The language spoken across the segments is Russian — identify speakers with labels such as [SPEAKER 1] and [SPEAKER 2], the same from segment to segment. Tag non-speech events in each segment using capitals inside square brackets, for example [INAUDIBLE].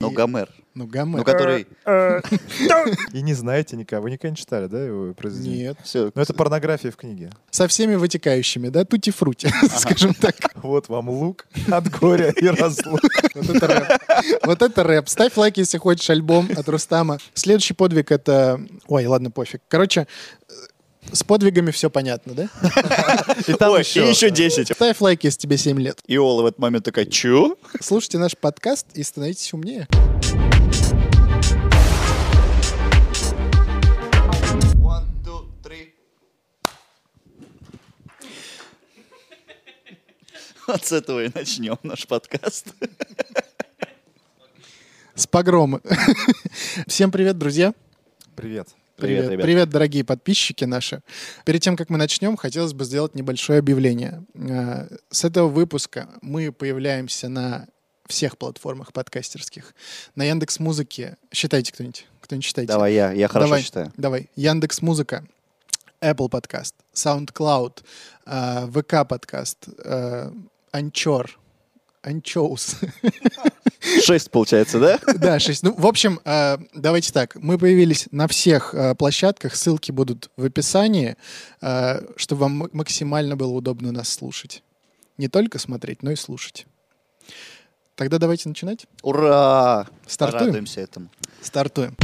[SPEAKER 1] Но
[SPEAKER 2] И-
[SPEAKER 1] Гомер.
[SPEAKER 2] Ну, Гомер.
[SPEAKER 1] Ну, который...
[SPEAKER 3] Э, э,
[SPEAKER 4] И не знаете никого, вы никогда не читали, да, его произведение?
[SPEAKER 2] Нет.
[SPEAKER 1] Все. [LAUGHS]
[SPEAKER 4] Ну, это порнография в книге.
[SPEAKER 2] Со всеми вытекающими, да, [LAUGHS] тути-фрути, скажем так.
[SPEAKER 4] Вот вам лук от горя и разлук.
[SPEAKER 2] Вот это рэп. Вот это рэп. Ставь лайк, если хочешь, альбом от Рустама. Следующий подвиг это... Ой, ладно, пофиг. Короче, э, с подвигами все понятно, да?
[SPEAKER 4] И там
[SPEAKER 1] Ой,
[SPEAKER 4] еще.
[SPEAKER 1] и еще 10.
[SPEAKER 2] Ставь лайк, если тебе 7 лет.
[SPEAKER 1] Иола в этот момент такая, чё?
[SPEAKER 2] Слушайте наш подкаст и становитесь умнее.
[SPEAKER 1] [LAUGHS] Вот с этого и начнем наш подкаст.
[SPEAKER 2] С погрома. [LAUGHS] Всем привет, друзья.
[SPEAKER 4] Привет.
[SPEAKER 1] Привет, ребят.
[SPEAKER 2] Привет, дорогие подписчики наши. Перед тем, как мы начнем, хотелось бы сделать небольшое объявление. Э, С этого выпуска мы появляемся на всех платформах подкастерских. На Яндекс Музыке. Считайте кто-нибудь. Кто-нибудь
[SPEAKER 1] [LAUGHS]
[SPEAKER 2] считайте.
[SPEAKER 1] Давай я, я хорошо
[SPEAKER 2] давай,
[SPEAKER 1] считаю.
[SPEAKER 2] Давай. Яндекс Музыка, Apple Podcast, SoundCloud, э, VK Подкаст, Анчор, Анчоус.
[SPEAKER 1] Шесть получается, да?
[SPEAKER 2] Да, 6. Ну, в общем, э, давайте так. Мы появились на всех э, площадках, ссылки будут в описании, э, чтобы вам м- максимально было удобно нас слушать. Не только смотреть, но и слушать. Тогда давайте начинать.
[SPEAKER 1] [LAUGHS] Ура!
[SPEAKER 2] Стартуем?
[SPEAKER 1] Радуемся этому.
[SPEAKER 2] Стартуем.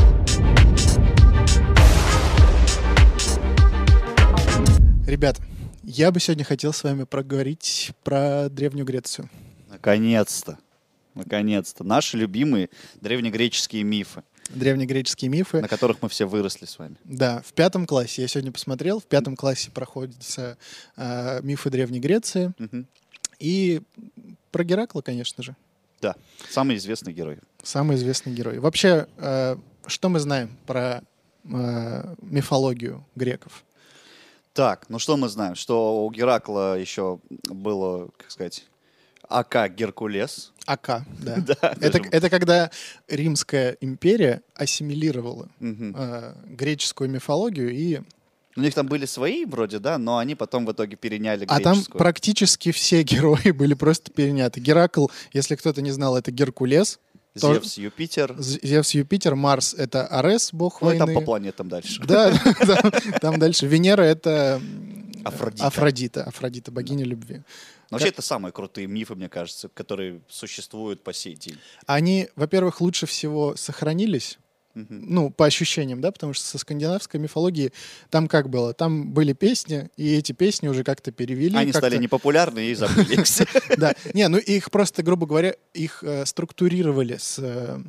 [SPEAKER 2] Ребят, я бы сегодня хотел с вами проговорить про Древнюю Грецию.
[SPEAKER 1] Наконец-то. Наконец-то. Наши любимые древнегреческие мифы,
[SPEAKER 2] Древнегреческие мифы.
[SPEAKER 1] на которых мы все выросли с вами.
[SPEAKER 2] Да, в пятом классе, я сегодня посмотрел, в пятом классе проходятся э, мифы Древней Греции
[SPEAKER 1] Мгм.
[SPEAKER 2] и про Геракла, конечно же,
[SPEAKER 1] Да. Самый известный герой.
[SPEAKER 2] самый известный герой. Вообще, э, что мы знаем про э, мифологию греков?
[SPEAKER 1] Так, ну что мы знаем? Что у Геракла еще было, как сказать, АК Геркулес.
[SPEAKER 2] Ака,
[SPEAKER 1] [LAUGHS]
[SPEAKER 2] да. А. это,
[SPEAKER 1] даже-
[SPEAKER 2] это когда Римская империя ассимилировала
[SPEAKER 1] Мгм.
[SPEAKER 2] э, греческую мифологию и
[SPEAKER 1] У них там были свои вроде, да, но они потом в итоге переняли
[SPEAKER 2] А там
[SPEAKER 1] греческую.
[SPEAKER 2] практически все [LAUGHS] герои были просто переняты. Геракл, если кто-то не знал, это Геркулес. тоже-
[SPEAKER 1] Зевс, Юпитер.
[SPEAKER 2] З- Зевс, Юпитер, Марс — это Арес, бог
[SPEAKER 1] Ну и
[SPEAKER 2] войны.
[SPEAKER 1] там по планетам дальше.
[SPEAKER 2] Да, [LAUGHS] там, там дальше. Венера — это м,
[SPEAKER 1] Афродита.
[SPEAKER 2] Афродита, Афродита, богиня любви.
[SPEAKER 1] Но Вообще, это самые крутые мифы, мне кажется, которые существуют по сей день.
[SPEAKER 2] Они, во-первых, лучше всего сохранились,
[SPEAKER 1] Мгм.
[SPEAKER 2] ну, по ощущениям, да, потому что со скандинавской мифологии там как было? Там были песни, и эти песни уже как-то перевели.
[SPEAKER 1] Они
[SPEAKER 2] как-то-
[SPEAKER 1] стали непопулярны и забыли их
[SPEAKER 2] [LAUGHS]
[SPEAKER 1] все.
[SPEAKER 2] Да, не, ну их просто, грубо говоря, их э, структурировали с, э,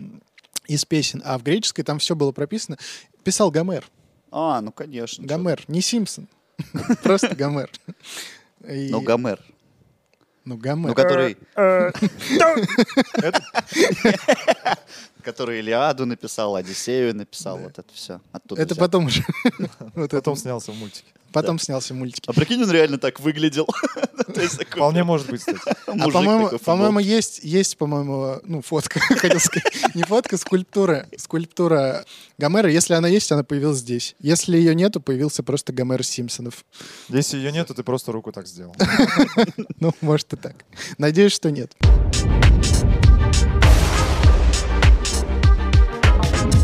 [SPEAKER 2] из песен, а в греческой там все было прописано. Писал Гомер.
[SPEAKER 1] А, ну конечно. чё
[SPEAKER 2] Гомер, не Симпсон. [LAUGHS] Просто Гомер.
[SPEAKER 1] ты.
[SPEAKER 2] И-
[SPEAKER 1] Ну, Гомер.
[SPEAKER 2] Ну,
[SPEAKER 1] Ну,
[SPEAKER 2] Гомер.
[SPEAKER 1] который,
[SPEAKER 3] э,
[SPEAKER 1] [LAUGHS] который Илиаду написал, Одиссею написал, вот это все. Оттуда
[SPEAKER 2] Это
[SPEAKER 1] взято. [LAUGHS]
[SPEAKER 2] потом уже. Вот это.
[SPEAKER 4] Потом снялся в мультике.
[SPEAKER 2] Потом снялся мультик.
[SPEAKER 1] А прикинь, он реально так выглядел. То есть такой
[SPEAKER 4] Вполне может быть, кстати.
[SPEAKER 2] А
[SPEAKER 1] [LAUGHS] мужик
[SPEAKER 2] по-моему,
[SPEAKER 1] такой в
[SPEAKER 2] по-моему,
[SPEAKER 1] футболке.
[SPEAKER 2] есть, есть, по-моему, ну, фотка, [LAUGHS] хотел сказать. Не фотка, скульптура. Скульптура Гомера. Если она есть, она появилась здесь. Если ее нету, появился просто Гомер Симпсонов.
[SPEAKER 4] Если ее нету, ты просто руку так сделал.
[SPEAKER 2] [LAUGHS] Ну, может и так. Надеюсь, что нет.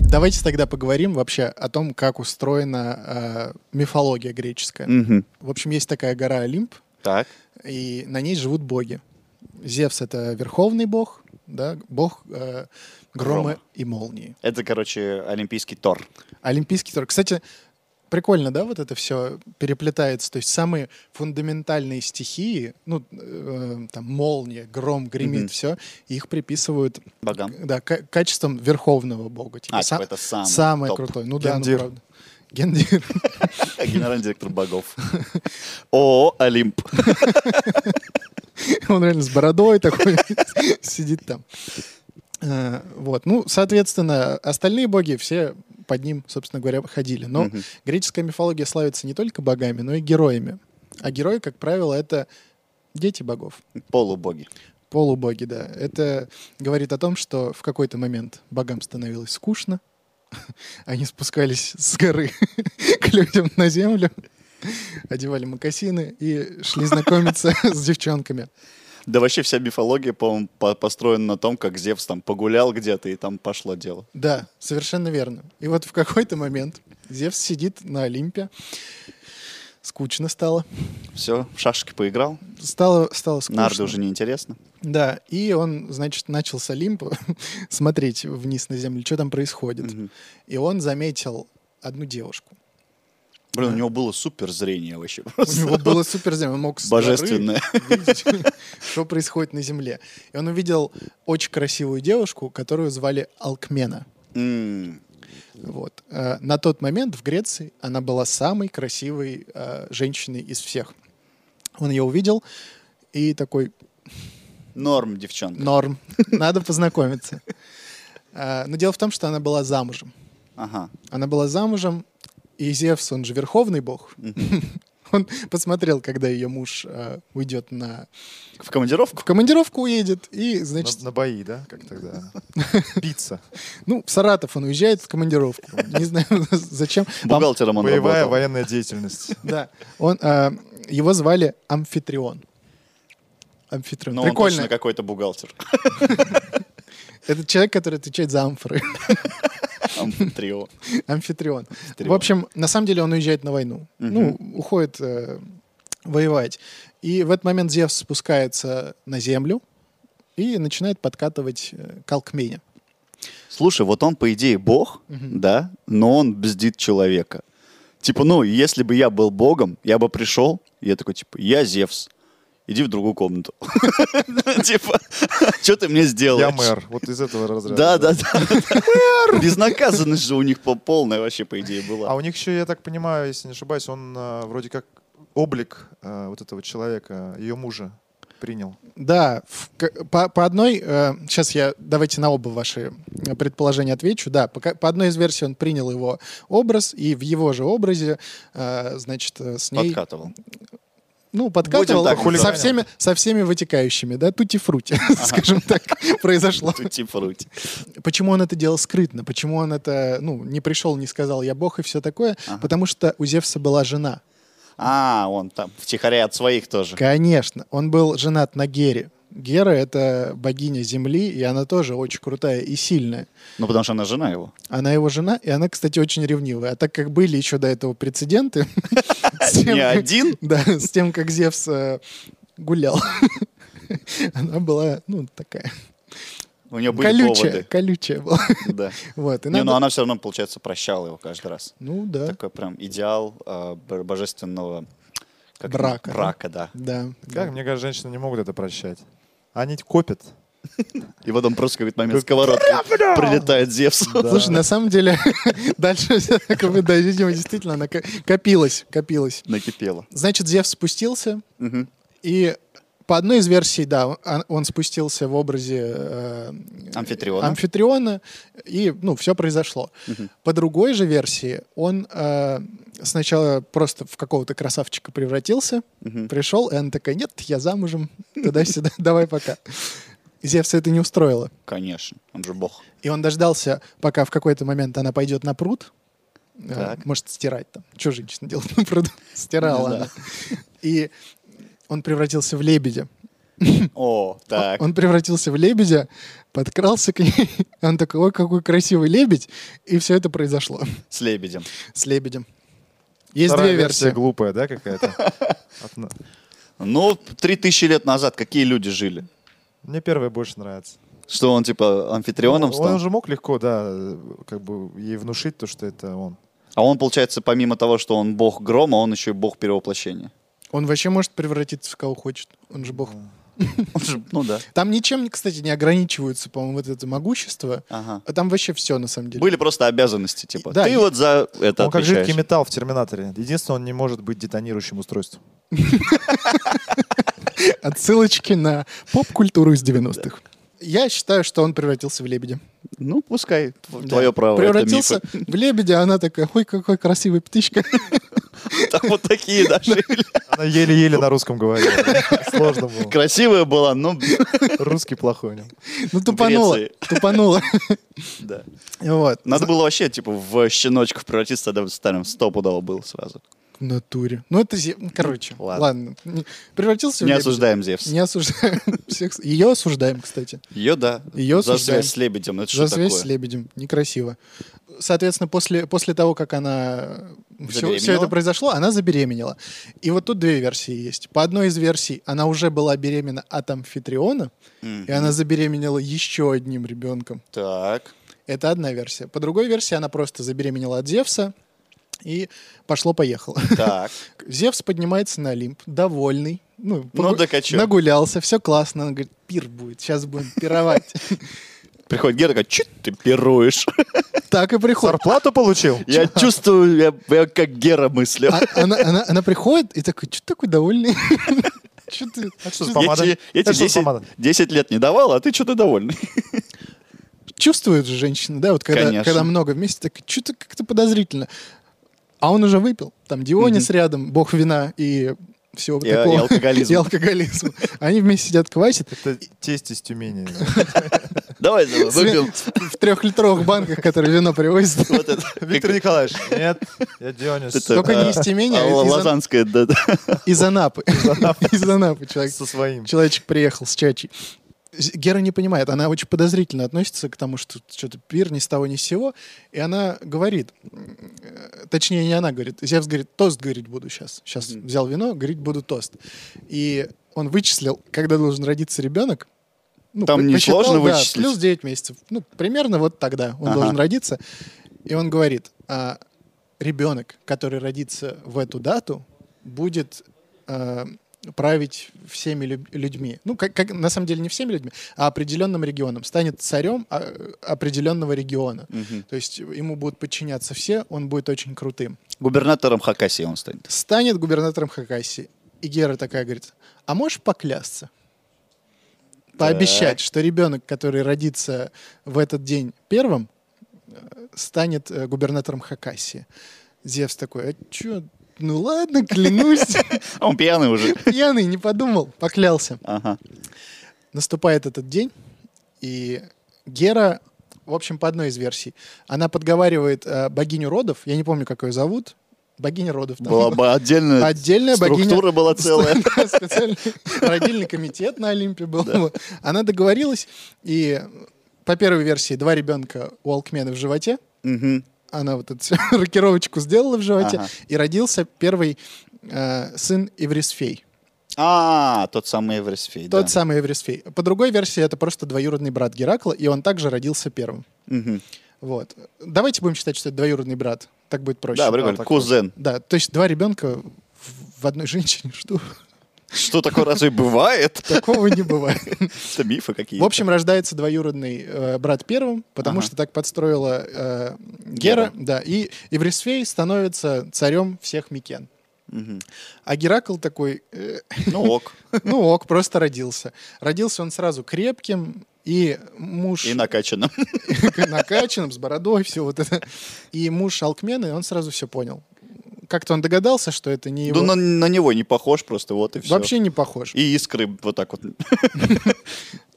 [SPEAKER 2] Давайте тогда поговорим вообще о том, как устроена э, мифология греческая.
[SPEAKER 1] Мгм.
[SPEAKER 2] В общем, есть такая гора Олимп,
[SPEAKER 1] Так.
[SPEAKER 2] и на ней живут боги. Зевс — это верховный бог, да, бог э, грома,
[SPEAKER 1] Грома.
[SPEAKER 2] и молнии.
[SPEAKER 1] Это, короче, Олимпийский Тор.
[SPEAKER 2] Олимпийский тур. Кстати, прикольно, да, вот это все переплетается. То есть самые фундаментальные стихии, ну, э, там, молния, гром, гремит,
[SPEAKER 1] Мгм.
[SPEAKER 2] все, их приписывают,
[SPEAKER 1] Богам.
[SPEAKER 2] да, к- качеством верховного бога. Типа,
[SPEAKER 1] А,
[SPEAKER 2] са-
[SPEAKER 1] типа это самый
[SPEAKER 2] самое
[SPEAKER 1] топ.
[SPEAKER 2] крутое. Ну да, ну
[SPEAKER 4] Гендир.
[SPEAKER 2] правда. Гендир.
[SPEAKER 1] [LAUGHS]
[SPEAKER 2] [LAUGHS]
[SPEAKER 1] Генеральный директор богов. О, Олимп.
[SPEAKER 2] Он реально с бородой такой [LAUGHS] сидит там. Э, Вот. Ну, соответственно, остальные боги все под ним, собственно говоря, ходили. Но
[SPEAKER 1] Мгм.
[SPEAKER 2] греческая мифология славится не только богами, но и героями. А герои, как правило, это дети богов.
[SPEAKER 1] [LAUGHS] Полубоги.
[SPEAKER 2] Полубоги, да. Это говорит о том, что в какой-то момент богам становилось скучно. [LAUGHS] Они спускались с горы [LAUGHS] к людям на [LAUGHS] землю, одевали мокасины и шли знакомиться с девчонками.
[SPEAKER 1] Да вообще вся мифология, по-моему, по- построена на том, как Зевс там погулял где-то, и там пошло дело.
[SPEAKER 2] Да, совершенно верно. И вот в какой-то момент Зевс сидит на Олимпе. Скучно стало.
[SPEAKER 1] Все, в шашки поиграл,
[SPEAKER 2] Стало, стало скучно.
[SPEAKER 1] нарды уже не интересно.
[SPEAKER 2] Да, и он, значит, начал с Олимпа [LAUGHS] смотреть вниз на землю, что там происходит. И он заметил одну девушку.
[SPEAKER 1] Блин, у него было супер зрение вообще.
[SPEAKER 2] У него было супер он мог
[SPEAKER 1] [LAUGHS]
[SPEAKER 2] с
[SPEAKER 1] Божественное.
[SPEAKER 2] горы [LAUGHS] видеть, что происходит на земле. И он увидел очень красивую девушку, которую звали Алкмена.
[SPEAKER 1] М,
[SPEAKER 2] Вот. Э, На тот момент в Греции она была самой красивой э, женщиной из всех. Он ее увидел и такой,
[SPEAKER 1] Норм, девчонка.
[SPEAKER 2] норм, [LAUGHS] надо познакомиться. Э, Но дело в том, что она была замужем.
[SPEAKER 1] Ага.
[SPEAKER 2] Она была замужем, и Зевс, он же верховный бог. [LAUGHS] Он посмотрел, когда ее муж э, уйдет на...
[SPEAKER 1] В командировку?
[SPEAKER 2] В командировку уедет, и, значит,
[SPEAKER 4] На, на бои, да? Как
[SPEAKER 1] [LAUGHS]
[SPEAKER 4] тогда? Биться.
[SPEAKER 2] ну, в Саратов он уезжает
[SPEAKER 1] [LAUGHS]
[SPEAKER 2] в командировку. Не знаю, [LAUGHS] зачем. Ам-
[SPEAKER 1] Бухгалтером он
[SPEAKER 4] Боевая
[SPEAKER 1] работал.
[SPEAKER 4] военная деятельность.
[SPEAKER 2] Да, он, э, его звали Амфитрион. Амфитрион.
[SPEAKER 1] Но Ну, он
[SPEAKER 2] Прикольно.
[SPEAKER 1] точно какой-то бухгалтер. [LAUGHS]
[SPEAKER 2] Это человек, который отвечает за амфоры.
[SPEAKER 1] Трио.
[SPEAKER 2] Амфитрион.
[SPEAKER 1] Амфитрион.
[SPEAKER 2] В общем, на самом деле он уезжает на войну. Ну, уходит э, воевать. И в этот момент Зевс спускается на землю и начинает подкатывать э, к Алкмене.
[SPEAKER 1] Слушай, вот он, по идее, бог, да, но он бздит человека. Типа, ну, если бы я был богом, я бы пришел, и я такой, типа, я Зевс, иди в другую комнату. [LAUGHS] Типа, [LAUGHS] что ты мне сделаешь?
[SPEAKER 4] Я мэр. Вот из этого разряда.
[SPEAKER 1] Да, да, [LAUGHS] да. Безнаказанность же у них по- полная вообще, по идее,
[SPEAKER 4] А
[SPEAKER 1] была.
[SPEAKER 4] у них еще, я так понимаю, если не ошибаюсь, он а, вроде как облик а, вот этого человека, ее мужа, принял.
[SPEAKER 2] Да, в к- по, по одной, э, сейчас я, давайте на оба ваши э, предположения отвечу. Да, по, по одной из версий он принял его образ, и в его же образе, э, значит, э, с ней...
[SPEAKER 1] Подкатывал.
[SPEAKER 2] Ну, подкатывал
[SPEAKER 1] так
[SPEAKER 2] со,
[SPEAKER 1] называть.
[SPEAKER 2] всеми, со всеми вытекающими, да, тути-фрути, [LAUGHS] скажем так, произошло.
[SPEAKER 1] Тут типа руть.
[SPEAKER 2] Почему он это делал скрытно? Почему он это, ну, не пришел, не сказал «я бог» и все такое? Потому что у Зевса была жена.
[SPEAKER 1] А, он там втихаря от своих тоже.
[SPEAKER 2] Конечно, он был женат на Гере. Гера — это богиня Земли, и она тоже очень крутая и сильная.
[SPEAKER 1] Ну, потому что она жена его.
[SPEAKER 2] Она его жена, и она, кстати, очень ревнивая. А так как были еще до
[SPEAKER 1] [LAUGHS]
[SPEAKER 2] этого прецеденты... с тем,
[SPEAKER 1] Не
[SPEAKER 2] как-
[SPEAKER 1] один?
[SPEAKER 2] Да, с тем, как Зевс э, гулял. [LAUGHS] Она была, ну, такая...
[SPEAKER 1] У нее были
[SPEAKER 2] Колючая, [LAUGHS]
[SPEAKER 1] поводы.
[SPEAKER 2] колючая была.
[SPEAKER 1] Да.
[SPEAKER 2] Вот, и
[SPEAKER 1] Не, ну, а
[SPEAKER 2] надо-
[SPEAKER 1] но она все равно, получается, прощала его каждый раз.
[SPEAKER 2] Ну, да,
[SPEAKER 1] Такой прям идеал э, бо- божественного как это?
[SPEAKER 2] Брака, да?
[SPEAKER 1] Брака, да.
[SPEAKER 2] да.
[SPEAKER 4] Как? Мне кажется, женщины не могут это прощать. Они копят.
[SPEAKER 1] И потом просто в какой-то момент сковородка прилетает Зевс.
[SPEAKER 2] Слушай, на самом деле, [LAUGHS] дальше, всё [LAUGHS] такое, да, видимо, действительно, она ко- копилась, копилась.
[SPEAKER 1] [LAUGHS] Накипело.
[SPEAKER 2] Значит, Зевс спустился,
[SPEAKER 1] Мгм.
[SPEAKER 2] и по одной из версий, да, он, а, он спустился в образе э,
[SPEAKER 1] Амфитриона.
[SPEAKER 2] амфитриона, и, ну, все произошло. По другой же версии, он э, сначала просто в какого-то красавчика превратился, пришел, и она такая, нет, я замужем, туда-сюда, давай пока. Зевса это не устроило.
[SPEAKER 1] Конечно, он же бог.
[SPEAKER 2] И он дождался, пока в какой-то момент она пойдет на пруд. Э,
[SPEAKER 1] Так.
[SPEAKER 2] Может, стирать там. Что женщина делает на пруду? [LAUGHS] Стирала
[SPEAKER 1] Не
[SPEAKER 2] она. И он превратился в лебедя.
[SPEAKER 1] О, так.
[SPEAKER 2] Он превратился в лебедя, подкрался к ней. [LAUGHS] Он такой, ой, какой красивый лебедь. И все это произошло [LAUGHS]
[SPEAKER 1] С лебедем.
[SPEAKER 2] с лебедем. Есть
[SPEAKER 4] Вторая
[SPEAKER 2] две
[SPEAKER 4] версия
[SPEAKER 2] версии.
[SPEAKER 4] глупая, да, какая-то? [LAUGHS] Одна.
[SPEAKER 1] Ну, три тысячи лет назад какие люди жили?
[SPEAKER 4] Мне первая больше нравится.
[SPEAKER 1] Что он, типа, амфитрионом
[SPEAKER 4] Он,
[SPEAKER 1] стал?
[SPEAKER 4] он же мог легко, да, как бы ей внушить то, что это он.
[SPEAKER 1] А он, получается, помимо того, что он бог грома, он еще и бог перевоплощения. [LAUGHS]
[SPEAKER 2] Он вообще может превратиться в кого хочет. Он же бог.
[SPEAKER 1] Он же- Ну да.
[SPEAKER 2] Там ничем, кстати, не ограничиваются, по-моему, вот это могущество.
[SPEAKER 1] Ага.
[SPEAKER 2] А Там вообще все, на самом деле.
[SPEAKER 1] Были просто обязанности, типа,
[SPEAKER 2] Да,
[SPEAKER 1] ты
[SPEAKER 2] и-
[SPEAKER 1] вот за это
[SPEAKER 4] он как
[SPEAKER 1] отвечаешь.
[SPEAKER 4] жидкий металл в Терминаторе. Единственное, он не может быть детонирующим устройством.
[SPEAKER 2] Отсылочки на поп-культуру из 90-х. Я считаю, что он превратился в лебедя.
[SPEAKER 1] Ну, пускай, тв-
[SPEAKER 2] Да.
[SPEAKER 1] твое право, это
[SPEAKER 2] Превратился
[SPEAKER 1] мифы.
[SPEAKER 2] в лебедя, она такая, ой, какой красивая птичка.
[SPEAKER 1] [LAUGHS] Там вот такие даже.
[SPEAKER 4] Она еле-еле на русском говорила. [LAUGHS] Сложно было.
[SPEAKER 1] Красивая была, ну, но...
[SPEAKER 4] Русский плохой у него.
[SPEAKER 2] Ну, тупанула,
[SPEAKER 1] Греции. [LAUGHS]
[SPEAKER 2] тупанула.
[SPEAKER 1] Да.
[SPEAKER 2] Вот.
[SPEAKER 1] Надо было вообще, типа, в щеночков превратиться, тогда бы старым стопудово был сразу.
[SPEAKER 2] В натуре. Ну, это... зе- Короче,
[SPEAKER 1] Ладно.
[SPEAKER 2] ладно. Не- Превратился в
[SPEAKER 1] Не
[SPEAKER 2] лебедя.
[SPEAKER 1] осуждаем Зевс.
[SPEAKER 2] Не осуждаем. [LAUGHS] Всех... Ее осуждаем, кстати.
[SPEAKER 1] Ее, да.
[SPEAKER 2] Её
[SPEAKER 1] За
[SPEAKER 2] осуждаем.
[SPEAKER 1] связь с лебедем. ну, Это
[SPEAKER 2] За
[SPEAKER 1] что такое?
[SPEAKER 2] связь с лебедем. Некрасиво. Соответственно, после, после того, как она... Все,
[SPEAKER 1] Забеременела?
[SPEAKER 2] это произошло, она забеременела. И вот тут две версии есть. По одной из версий, она уже была беременна от амфитриона,
[SPEAKER 1] Мгм.
[SPEAKER 2] и она забеременела еще одним ребенком.
[SPEAKER 1] Так.
[SPEAKER 2] Это одна версия. По другой версии, она просто забеременела от Зевса, и пошло-поехало.
[SPEAKER 1] Так.
[SPEAKER 2] [LAUGHS] Зевс поднимается на Олимп, довольный. Ну,
[SPEAKER 1] Ну,
[SPEAKER 2] погу-
[SPEAKER 1] да качок.
[SPEAKER 2] Нагулялся, все классно. Он говорит, пир будет, сейчас будем
[SPEAKER 1] [LAUGHS]
[SPEAKER 2] пировать.
[SPEAKER 1] Приходит Гера, говорит, что ты пируешь? [LAUGHS]
[SPEAKER 2] Так и приходит.
[SPEAKER 4] Зарплату получил?
[SPEAKER 1] Я чувствую, я, я как Гера мыслю.
[SPEAKER 2] А- Она, она- она приходит и такой, что такой довольный? [LAUGHS] Чё ты-
[SPEAKER 4] Это что за
[SPEAKER 1] Я
[SPEAKER 4] помада?
[SPEAKER 1] тебе, я тебе
[SPEAKER 4] Это что за
[SPEAKER 1] 10,
[SPEAKER 4] помада?
[SPEAKER 1] 10 лет не давал, а ты что-то довольный. [LAUGHS]
[SPEAKER 2] Чувствует же женщина, да, вот когда,
[SPEAKER 1] Конечно.
[SPEAKER 2] когда много вместе, так что-то как-то подозрительно. А он уже выпил. Там Дионис рядом, бог вина и всего
[SPEAKER 1] И- и
[SPEAKER 2] такого.
[SPEAKER 1] алкоголизм.
[SPEAKER 2] [LAUGHS] И алкоголизм. Они вместе сидят, квасят.
[SPEAKER 4] Это тесть из Тюмени.
[SPEAKER 1] Давай, Зева,
[SPEAKER 2] С ви-
[SPEAKER 1] выпьем.
[SPEAKER 2] В трехлитровых банках, которые
[SPEAKER 1] [LAUGHS]
[SPEAKER 2] вино привозят.
[SPEAKER 1] Вот это.
[SPEAKER 4] [LAUGHS] Виктор Николаевич, нет, я Дионис.
[SPEAKER 1] Это-
[SPEAKER 2] Только не из
[SPEAKER 1] а,
[SPEAKER 2] Тюмени, а
[SPEAKER 1] а,
[SPEAKER 2] из-
[SPEAKER 1] Лазанская, да, да.
[SPEAKER 2] Из Анапы. [LAUGHS] Из Анапы человек.
[SPEAKER 4] Со своим.
[SPEAKER 2] Человечек приехал с Чачи. Гера не понимает, она очень подозрительно относится к тому, что что-то пир ни с того ни с сего, и она говорит, э, точнее не она говорит, Зевс говорит, тост говорить буду сейчас, сейчас взял вино, говорить буду тост. И он вычислил, когда должен родиться ребенок, ну,
[SPEAKER 1] Там
[SPEAKER 2] по-
[SPEAKER 1] не
[SPEAKER 2] посчитал,
[SPEAKER 1] сложно
[SPEAKER 2] да,
[SPEAKER 1] вычислить?
[SPEAKER 2] плюс 9 месяцев, ну примерно вот тогда он
[SPEAKER 1] Ага.
[SPEAKER 2] должен родиться, и он говорит, а, ребенок, который родится в эту дату, будет э, править всеми лю- людьми. Ну, как, как- на самом деле не всеми людьми, а определенным регионом. Станет царем а, э, определенного региона.
[SPEAKER 1] Мгм.
[SPEAKER 2] То есть ему будут подчиняться все, он будет очень крутым.
[SPEAKER 1] Губернатором Хакасии он станет.
[SPEAKER 2] Станет губернатором Хакасии. И Гера такая говорит, а можешь поклясться? Пообещать, что ребенок, который родится в этот день первым, э, станет э, губернатором Хакасии. Зевс такой, а чё? Ну ладно, клянусь. [LAUGHS]
[SPEAKER 1] А он пьяный уже.
[SPEAKER 2] Пьяный, не подумал, поклялся.
[SPEAKER 1] Ага.
[SPEAKER 2] Наступает этот день, и Гера, в общем, по одной из версий, она подговаривает э, богиню родов, я не помню, как ее зовут, богиня родов. там.
[SPEAKER 1] Была бы отдельная
[SPEAKER 2] Отдельная богиня.
[SPEAKER 1] структура была целая.
[SPEAKER 2] [LAUGHS] Да, Специальный родильный комитет на Олимпе был. Вот. Она договорилась, и по первой версии два ребенка у Алкмена в животе,
[SPEAKER 1] Мгм.
[SPEAKER 2] она вот эту [LAUGHS] всю рокировочку сделала в животе,
[SPEAKER 1] Ага.
[SPEAKER 2] и родился первый э, сын Эврисфей.
[SPEAKER 1] А, тот самый Эверсфей, да.
[SPEAKER 2] Тот самый Эврисфей. По другой версии, это просто двоюродный брат Геракла, и он также родился первым.
[SPEAKER 1] Мгм.
[SPEAKER 2] Вот. Давайте будем считать, что это двоюродный брат. Так будет проще.
[SPEAKER 1] Да,
[SPEAKER 4] А,
[SPEAKER 1] прикольно.
[SPEAKER 4] так
[SPEAKER 1] Кузен.
[SPEAKER 2] Да, то есть два ребенка в- в одной [LAUGHS] женщине. Что?
[SPEAKER 1] Что такое разве бывает?
[SPEAKER 2] Такого не бывает.
[SPEAKER 1] Это мифы какие-то.
[SPEAKER 2] В общем, рождается двоюродный э, брат первым, потому
[SPEAKER 1] Ага.
[SPEAKER 2] что так подстроила э, Гера,
[SPEAKER 1] Гера.
[SPEAKER 2] да, и Эврисфей становится царем всех Микен.
[SPEAKER 1] Мгм.
[SPEAKER 2] А Геракл такой, э, [LAUGHS]
[SPEAKER 1] Ну ок.
[SPEAKER 2] ну ок, просто родился. Родился он сразу крепким, и муж
[SPEAKER 1] И
[SPEAKER 4] [LAUGHS]
[SPEAKER 1] накачанным.
[SPEAKER 2] [LAUGHS] накачанным, с бородой, все вот это. И муж Алкмена, и он сразу все понял. Как-то он догадался, что это не его...
[SPEAKER 1] Ну, на, на него не похож просто, вот и все.
[SPEAKER 2] Вообще не похож.
[SPEAKER 1] И искры вот так вот.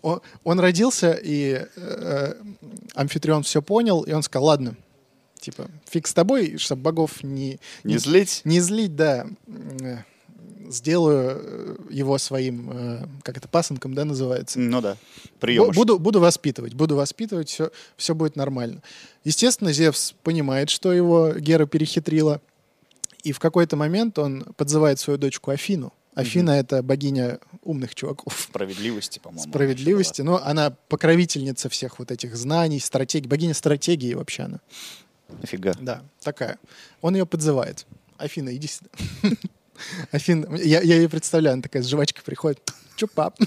[SPEAKER 2] Он, он родился, и э, Амфитрион все понял, и он сказал, ладно, типа, фиг с тобой, чтобы богов не,
[SPEAKER 1] Не злить.
[SPEAKER 2] не злить, да, э, сделаю э, его своим, э, как это, пасынком, да, называется.
[SPEAKER 1] Ну да.
[SPEAKER 2] Бу-
[SPEAKER 1] Приемыш.
[SPEAKER 2] Буду, буду воспитывать, буду воспитывать, все, все будет нормально. Естественно, Зевс понимает, что его Гера перехитрила, и в какой-то момент он подзывает свою дочку Афину. Афина — это богиня умных чуваков,
[SPEAKER 1] Справедливости, по-моему. она
[SPEAKER 2] справедливости, но она покровительница всех вот этих знаний, стратегий, богиня стратегии вообще она.
[SPEAKER 1] была. Нафига.
[SPEAKER 2] Да, такая. Он ее подзывает. Афина, иди сюда. [LAUGHS] Афина, я, я ее представляю, она такая с жвачкой приходит. [LAUGHS] Чё, пап?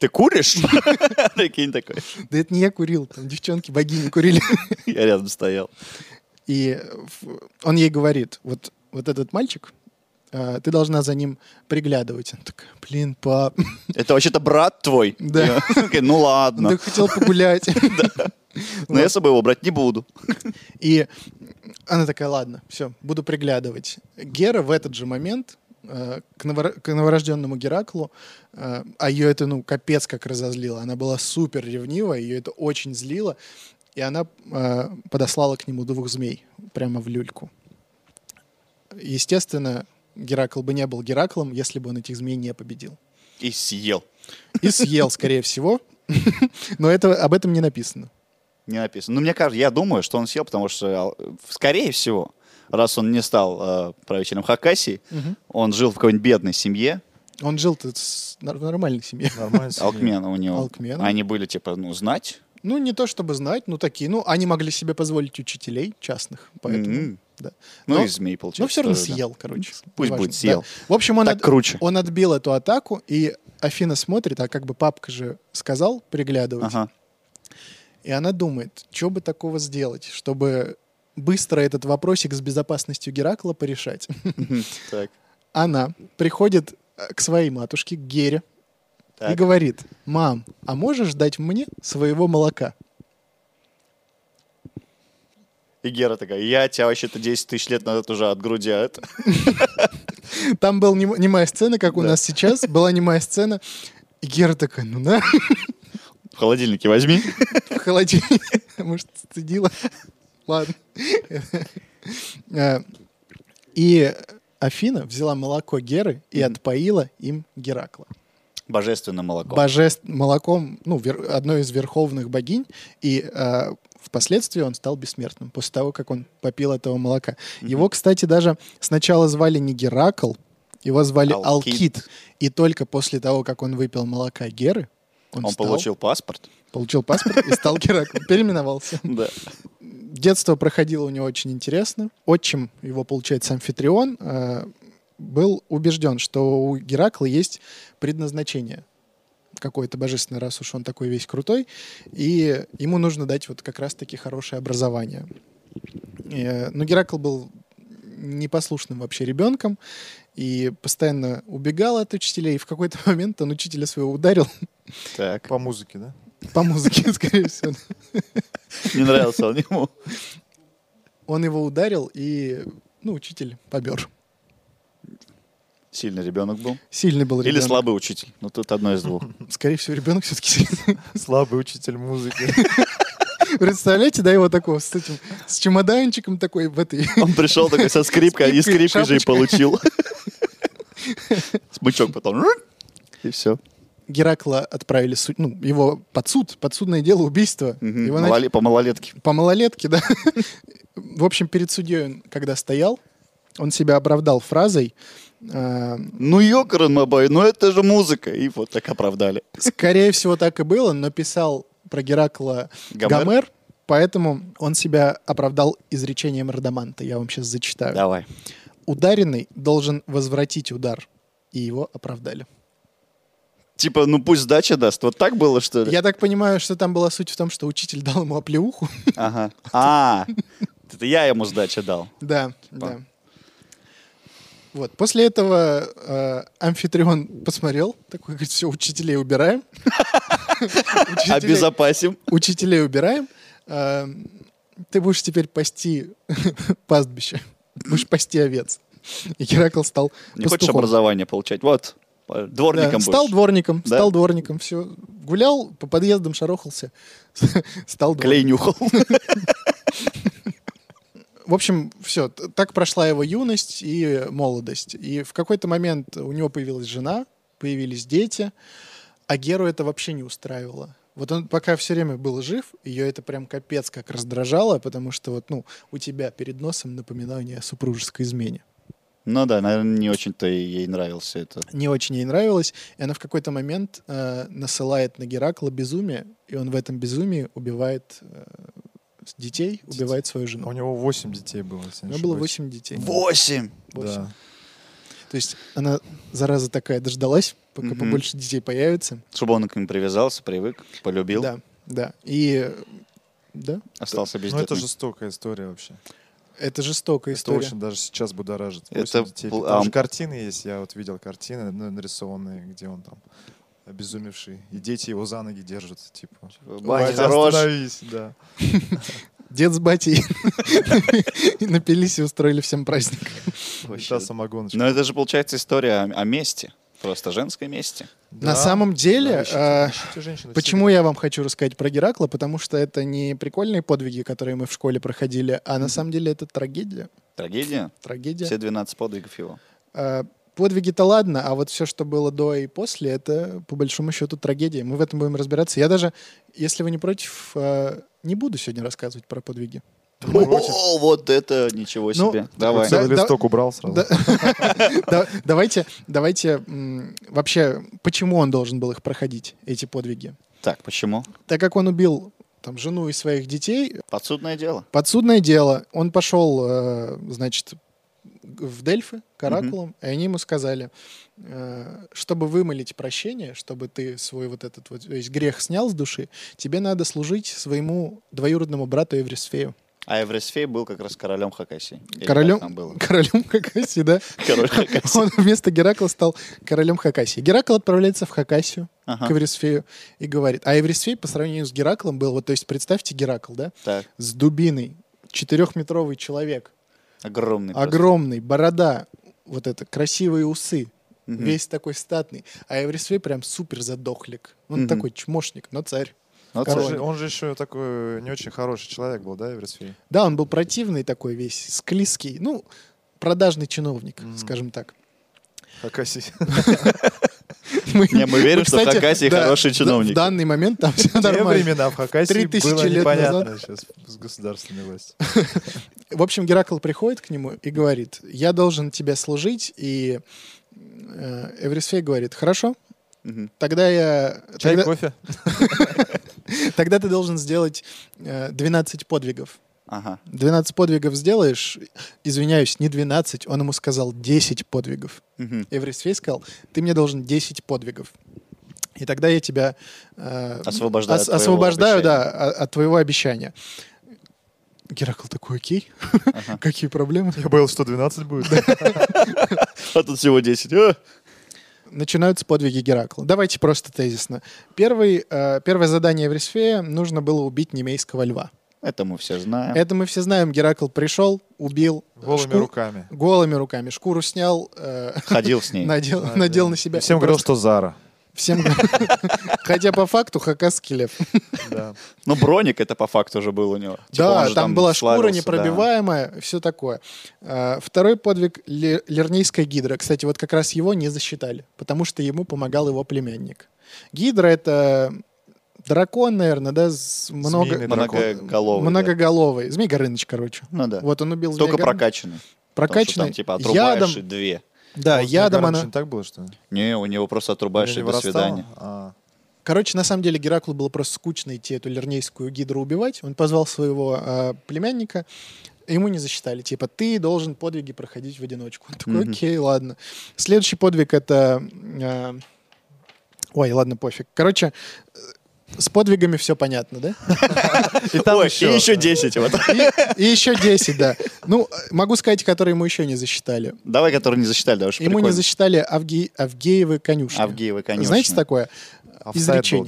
[SPEAKER 1] Ты куришь? [LAUGHS] Прикинь такой.
[SPEAKER 2] Да это не я курил, там девчонки богини курили. [LAUGHS]
[SPEAKER 1] Я рядом стоял.
[SPEAKER 2] И в- он ей говорит, вот, вот этот мальчик, э, ты должна за ним приглядывать. Она такая, блин, пап, [LAUGHS]
[SPEAKER 1] Это вообще-то брат твой.
[SPEAKER 2] Да.
[SPEAKER 1] Я такой, Ну
[SPEAKER 2] да
[SPEAKER 1] ладно.
[SPEAKER 2] хотел погулять.
[SPEAKER 1] Но я с собой его брать не буду.
[SPEAKER 2] И она такая, ладно, все, буду приглядывать. Гера в этот же момент э, к, новор- к новорожденному Гераклу, э, а ее это, ну, капец как разозлило. Она была супер ревнива, ее это очень злило. И она э, подослала к нему двух змей прямо в люльку. естественно, Геракл бы не был Гераклом, если бы он этих змей не победил.
[SPEAKER 1] И съел.
[SPEAKER 2] И съел, скорее всего. [LAUGHS] Но это, об этом не написано.
[SPEAKER 1] Не написано. Ну, мне кажется, я думаю, что он съел, потому что, э, скорее всего, раз он не стал э, правителем Хакасии,
[SPEAKER 2] Мгм.
[SPEAKER 1] он жил в какой-нибудь бедной семье,
[SPEAKER 2] Он жил-то с- нар- в нормальной семье.
[SPEAKER 4] Нормально. сидит.
[SPEAKER 1] Алкмена у него.
[SPEAKER 2] Алкмена.
[SPEAKER 1] Они были, типа, ну, знать.
[SPEAKER 2] Ну, не то чтобы знать, ну, такие. Ну, они могли себе позволить учителей частных, поэтому...
[SPEAKER 1] Мгм.
[SPEAKER 2] да.
[SPEAKER 1] Ну,
[SPEAKER 2] Но-
[SPEAKER 1] и змей, получается.
[SPEAKER 2] Но все равно
[SPEAKER 1] тоже, да.
[SPEAKER 2] съел, короче.
[SPEAKER 1] Пусть
[SPEAKER 2] Неважно,
[SPEAKER 1] будет
[SPEAKER 2] да.
[SPEAKER 1] съел.
[SPEAKER 2] В общем, он,
[SPEAKER 1] Так
[SPEAKER 2] от-
[SPEAKER 1] круче.
[SPEAKER 2] он отбил эту атаку, и Афина смотрит, а как бы папка же сказал приглядывать.
[SPEAKER 1] Ага. [LAUGHS]
[SPEAKER 2] И она думает, что бы такого сделать, чтобы быстро этот вопросик с безопасностью Геракла порешать. [LAUGHS]
[SPEAKER 1] Так.
[SPEAKER 2] Она приходит э, к своей матушке, к Гере, и
[SPEAKER 1] Так.
[SPEAKER 2] говорит, мам, а можешь дать мне своего молока?
[SPEAKER 1] И Гера такая, я тебя вообще-то 10 тысяч лет назад уже от груди, а это...
[SPEAKER 2] Там была нем- немая сцена, как у
[SPEAKER 1] Да.
[SPEAKER 2] нас сейчас, была немая сцена. И Гера такая, ну на,
[SPEAKER 1] В холодильнике возьми.
[SPEAKER 2] [LAUGHS] в холодильник. [LAUGHS] Может, стыдила. Ладно. [LAUGHS] Э, И Афина взяла молоко Геры и
[SPEAKER 1] Мгм.
[SPEAKER 2] отпоила им Геракла.
[SPEAKER 1] Божественное молоко.
[SPEAKER 2] Божеств... молоком, ну, вер- одной из верховных богинь, и э, впоследствии он стал бессмертным после того, как он попил этого молока. Его, кстати, даже сначала звали не Геракл, его звали
[SPEAKER 1] Алкид.
[SPEAKER 2] Алкид. И только после того, как он выпил молока Геры, он,
[SPEAKER 1] Он
[SPEAKER 2] стал-
[SPEAKER 1] получил паспорт.
[SPEAKER 2] получил паспорт и
[SPEAKER 1] [LAUGHS]
[SPEAKER 2] стал Гераклом, переименовался.
[SPEAKER 1] Да.
[SPEAKER 2] Детство проходило у него очень интересно. Отчим его, получается, Амфитрион, э, был убежден, что у Геракла есть предназначение какое-то божественное, раз уж он такой весь крутой, и ему нужно дать вот как раз-таки хорошее образование. Э, Но Геракл был непослушным вообще ребенком и постоянно убегал от учителей, и в какой-то [LAUGHS] момент он учителя своего ударил [LAUGHS]
[SPEAKER 1] Так.
[SPEAKER 4] По музыке, да?
[SPEAKER 2] по музыке, скорее всего.
[SPEAKER 1] Не нравился он ему.
[SPEAKER 2] Он его ударил, и, ну, учитель побер.
[SPEAKER 1] Сильный ребенок был.
[SPEAKER 2] Сильный был
[SPEAKER 1] Или
[SPEAKER 2] ребенок.
[SPEAKER 1] слабый учитель. Ну, тут одно из двух.
[SPEAKER 2] Скорее всего, ребенок все-таки
[SPEAKER 4] Слабый учитель музыки.
[SPEAKER 2] [LAUGHS] Представляете, да, его такого с этим, с чемоданчиком такой в этой. [LAUGHS]
[SPEAKER 1] Он пришел такой со скрипкой, и
[SPEAKER 2] Скрипкой,
[SPEAKER 1] скрипкой же и
[SPEAKER 2] шапочкой.
[SPEAKER 1] получил.
[SPEAKER 2] [LAUGHS]
[SPEAKER 1] Смычок потом. И все.
[SPEAKER 2] Геракла отправили, су- ну, его под суд, подсудное дело убийства. Его нач-
[SPEAKER 1] По малолетке.
[SPEAKER 2] По малолетке, [LAUGHS] да. В общем, перед судьей он, когда стоял, он себя оправдал фразой э,
[SPEAKER 1] Ну, ёкарен мобай, ну это же музыка. И вот так оправдали.
[SPEAKER 2] Скорее всего, так и было, но писал про Геракла
[SPEAKER 1] Гомер?
[SPEAKER 2] Гомер, поэтому он себя оправдал изречением Радаманта. Я вам сейчас зачитаю.
[SPEAKER 1] Давай.
[SPEAKER 2] Ударенный должен возвратить удар, и его оправдали.
[SPEAKER 1] Типа, ну пусть сдача даст. Вот так было, что ли?
[SPEAKER 2] Я так понимаю, что там была суть в том, что учитель дал ему оплеуху. [LAUGHS]
[SPEAKER 1] Ага. А, это я ему сдача дал.
[SPEAKER 2] да, да. Вот. После этого э, Амфитрион посмотрел, такой говорит, все,
[SPEAKER 1] [LAUGHS]
[SPEAKER 2] учителей убираем. Учителей-
[SPEAKER 1] Обезопасим.
[SPEAKER 2] учителей убираем. э, Ты будешь теперь пасти [LAUGHS] пастбище. Будешь пасти овец. И Геракл стал
[SPEAKER 1] Не хочешь
[SPEAKER 2] пастухом.
[SPEAKER 1] образование получать? Вот, э,
[SPEAKER 2] Да,
[SPEAKER 1] дворником будешь.
[SPEAKER 2] стал дворником,
[SPEAKER 1] Да?
[SPEAKER 2] стал дворником, все. Гулял, по подъездам шарохался, [LAUGHS] стал дворником.
[SPEAKER 1] Клей нюхал. [LAUGHS]
[SPEAKER 2] В общем, все, так прошла его юность и молодость. И в какой-то момент у него появилась жена, появились дети, а Геру это вообще не устраивало. Вот он пока все время был жив, ее это прям капец как раздражало, потому что вот, ну, у тебя перед носом напоминание о супружеской измене.
[SPEAKER 1] Ну да, наверное, не очень-то и ей нравился это.
[SPEAKER 2] Не очень ей нравилось, и она в какой-то момент э, насылает на Геракла безумие, и он в этом безумии убивает э, детей, убивает свою
[SPEAKER 4] У
[SPEAKER 2] жену.
[SPEAKER 4] него 8 детей было. если
[SPEAKER 2] У
[SPEAKER 4] не
[SPEAKER 2] нее было
[SPEAKER 4] ошибаюсь.
[SPEAKER 2] 8 детей.
[SPEAKER 1] Восемь!
[SPEAKER 2] Восемь.
[SPEAKER 4] Да.
[SPEAKER 2] То есть она, зараза такая, дождалась, пока
[SPEAKER 1] Мгм.
[SPEAKER 2] побольше детей появится.
[SPEAKER 1] Чтобы он к ним привязался, привык, полюбил,
[SPEAKER 2] Да, да. И э, да,
[SPEAKER 1] остался без
[SPEAKER 4] Ну, это жестокая история вообще.
[SPEAKER 2] это жестокая
[SPEAKER 4] Это
[SPEAKER 2] история.
[SPEAKER 4] очень даже сейчас будоражит.
[SPEAKER 1] Это
[SPEAKER 4] Восемь детей.
[SPEAKER 1] пл- а,
[SPEAKER 4] Потому
[SPEAKER 1] ам.
[SPEAKER 4] что картины есть, я вот видел картины ну, нарисованные, где он там обезумевший. И дети его за ноги держат, типа.
[SPEAKER 1] Бать,
[SPEAKER 4] «Вадя,
[SPEAKER 1] хорош.
[SPEAKER 4] остановись, да.
[SPEAKER 2] Дед с батей [LAUGHS] и напились и устроили всем праздник.
[SPEAKER 4] И
[SPEAKER 1] Вообще.
[SPEAKER 4] та самогоночка.
[SPEAKER 1] Но это же, получается, история о, о мести. Просто женское месте.
[SPEAKER 2] На самом деле, э, Почему я вам хочу рассказать про Геракла? Потому что это не прикольные подвиги, которые мы в школе проходили, а на самом деле это трагедия.
[SPEAKER 1] Трагедия?
[SPEAKER 2] Трагедия.
[SPEAKER 1] Все 12 подвигов его.
[SPEAKER 2] Э, Подвиги-то ладно, а вот все, что было до и после, это по большому счету трагедия. Мы в этом будем разбираться. Я даже, если вы не против, э, не буду сегодня рассказывать про подвиги.
[SPEAKER 4] Мы против.
[SPEAKER 1] О, вот это ничего
[SPEAKER 2] Ну,
[SPEAKER 1] себе.
[SPEAKER 4] Вот
[SPEAKER 1] Давай.
[SPEAKER 4] Целый
[SPEAKER 2] Да- да-
[SPEAKER 4] листок убрал сразу.
[SPEAKER 2] Да- Да- Давайте, давайте м, вообще, почему он должен был их проходить, эти подвиги?
[SPEAKER 1] Так, почему?
[SPEAKER 2] Так как он убил там жену и своих детей,
[SPEAKER 1] Подсудное дело.
[SPEAKER 2] Подсудное дело. Он пошел, э, значит, в Дельфы к оракулам, и они ему сказали, э, чтобы вымолить прощение, чтобы ты свой вот этот вот весь грех снял с души, тебе надо служить своему двоюродному брату Еврисфею. [LAUGHS]
[SPEAKER 1] А Эврисфей был как раз королем Хакасии. Или как
[SPEAKER 2] Королем,
[SPEAKER 1] там
[SPEAKER 2] [LAUGHS]
[SPEAKER 1] было?
[SPEAKER 2] королем Хакасии, да?
[SPEAKER 1] Король Хакасии.
[SPEAKER 2] Он вместо Геракла стал королем Хакасии. Геракл отправляется в Хакасию к
[SPEAKER 1] Ага,
[SPEAKER 2] Еврисфею и говорит. А Еврисфей по сравнению с Гераклом был, вот то есть представьте Геракл, да,
[SPEAKER 1] так.
[SPEAKER 2] с дубиной, четырехметровый человек,
[SPEAKER 1] Огромный. просто.
[SPEAKER 2] огромный, борода, вот это, красивые усы,
[SPEAKER 1] Мгм.
[SPEAKER 2] весь такой статный. А Эврисвей прям супер задохлик. Он
[SPEAKER 1] Мгм.
[SPEAKER 2] такой чмошник, но царь.
[SPEAKER 1] Ну,
[SPEAKER 4] Он
[SPEAKER 2] король.
[SPEAKER 1] слушай,
[SPEAKER 4] же- Он же еще такой не очень хороший человек был, да, Эверсфей?
[SPEAKER 2] Да, он был противный такой весь, склизкий, ну, продажный чиновник,
[SPEAKER 4] Мгм.
[SPEAKER 2] скажем так. [LAUGHS]
[SPEAKER 4] Хакасий.
[SPEAKER 2] Ну, Мы-
[SPEAKER 1] Не, мы верим,
[SPEAKER 2] мы,
[SPEAKER 1] что в
[SPEAKER 2] кстати,
[SPEAKER 1] Хакасии
[SPEAKER 2] да,
[SPEAKER 1] хорошие
[SPEAKER 2] да,
[SPEAKER 1] чиновники.
[SPEAKER 2] В данный момент там все
[SPEAKER 4] В те
[SPEAKER 2] нормально.
[SPEAKER 4] времена в Хакасии
[SPEAKER 2] 3000
[SPEAKER 4] было
[SPEAKER 2] лет
[SPEAKER 4] непонятно
[SPEAKER 2] назад.
[SPEAKER 4] сейчас с государственной властью.
[SPEAKER 2] В общем, Геракл приходит к нему и говорит, я должен тебе служить, и э, Эврисфей говорит, хорошо,
[SPEAKER 1] Мгм.
[SPEAKER 2] тогда я...
[SPEAKER 4] Чай,
[SPEAKER 2] тогда- [LAUGHS]
[SPEAKER 4] кофе?
[SPEAKER 2] Тогда ты должен сделать э, 12 подвигов.
[SPEAKER 1] Ага.
[SPEAKER 2] 12 подвигов сделаешь, извиняюсь, не 12, он ему сказал 10 подвигов.
[SPEAKER 1] Мгм.
[SPEAKER 2] Эврисфей сказал, ты мне должен 10 подвигов. И тогда я тебя э,
[SPEAKER 1] Освобождаю
[SPEAKER 2] ос-
[SPEAKER 1] от твоего
[SPEAKER 2] освобождаю
[SPEAKER 1] обещания.
[SPEAKER 2] да, о- от твоего обещания. Геракл такой, окей,
[SPEAKER 1] Ага.
[SPEAKER 2] [LAUGHS] какие проблемы?
[SPEAKER 4] Я боялся, что 12 будет.
[SPEAKER 1] А тут всего 10. А!
[SPEAKER 2] Начинаются подвиги Геракла. Давайте просто тезисно. Первый, э, первое задание Эврисфея нужно было убить немейского льва.
[SPEAKER 1] Это мы все знаем.
[SPEAKER 2] Это мы все знаем. Геракл пришел, убил.
[SPEAKER 4] Голыми
[SPEAKER 2] шку- [LAUGHS]
[SPEAKER 4] руками.
[SPEAKER 2] Голыми руками. Шкуру снял, э,
[SPEAKER 1] Ходил с ней.
[SPEAKER 2] надел,
[SPEAKER 4] Да,
[SPEAKER 2] надел
[SPEAKER 4] да.
[SPEAKER 2] на себя.
[SPEAKER 4] И Всем
[SPEAKER 2] И
[SPEAKER 4] говорил,
[SPEAKER 2] просто-
[SPEAKER 4] что Зара.
[SPEAKER 2] Всем... [LAUGHS] Хотя по факту хакасский лев.
[SPEAKER 4] Да.
[SPEAKER 1] Ну, броник это по факту уже был у него. Типа,
[SPEAKER 2] да,
[SPEAKER 1] он
[SPEAKER 2] там,
[SPEAKER 1] же
[SPEAKER 2] была шкура
[SPEAKER 1] славился, да.
[SPEAKER 2] непробиваемая, все такое. А, Второй подвиг — Ле- Лернейская гидра. Кстати, вот как раз его не засчитали, потому что ему помогал его племянник. Гидра — это дракон, наверное, да? с Много...
[SPEAKER 4] Змеиный
[SPEAKER 1] Многоголовый. да.
[SPEAKER 2] Многоголовый. Змей Горыныч, короче.
[SPEAKER 1] Ну да.
[SPEAKER 2] Вот он убил
[SPEAKER 1] Только
[SPEAKER 2] змея Горыныч.
[SPEAKER 1] прокачанный. Потому что
[SPEAKER 2] Прокачанный.
[SPEAKER 1] там типа
[SPEAKER 2] ядом.
[SPEAKER 1] отрубаешь и две.
[SPEAKER 2] Да,
[SPEAKER 4] Может,
[SPEAKER 2] ядом
[SPEAKER 4] Гарныч
[SPEAKER 2] она...
[SPEAKER 4] не так было, что ли?
[SPEAKER 1] Не, у него просто отрубаешь
[SPEAKER 4] Или
[SPEAKER 1] и до
[SPEAKER 4] не вырастало?
[SPEAKER 1] свидания.
[SPEAKER 4] А,
[SPEAKER 2] Короче, на самом деле Гераклу было просто скучно идти эту лернейскую гидру убивать. Он позвал своего э, племянника. Ему не засчитали. Типа, ты должен подвиги проходить в одиночку. Он такой,
[SPEAKER 1] Мгм.
[SPEAKER 2] окей, ладно. Следующий подвиг это... э, Ой, ладно, пофиг. Короче, э, с подвигами все понятно, да?
[SPEAKER 4] И там
[SPEAKER 1] Ой,
[SPEAKER 4] еще.
[SPEAKER 1] и еще 10. Вот.
[SPEAKER 2] И, и еще 10, да. Ну, э, могу сказать, которые ему еще не засчитали.
[SPEAKER 1] Давай, который не засчитали, да, уж
[SPEAKER 2] Ему не
[SPEAKER 1] прикольно.
[SPEAKER 2] засчитали Авге- Авгеевы конюшни.
[SPEAKER 1] Авгеевы, конечно.
[SPEAKER 2] Знаете такое?
[SPEAKER 4] Офсайд был,
[SPEAKER 2] Изречение.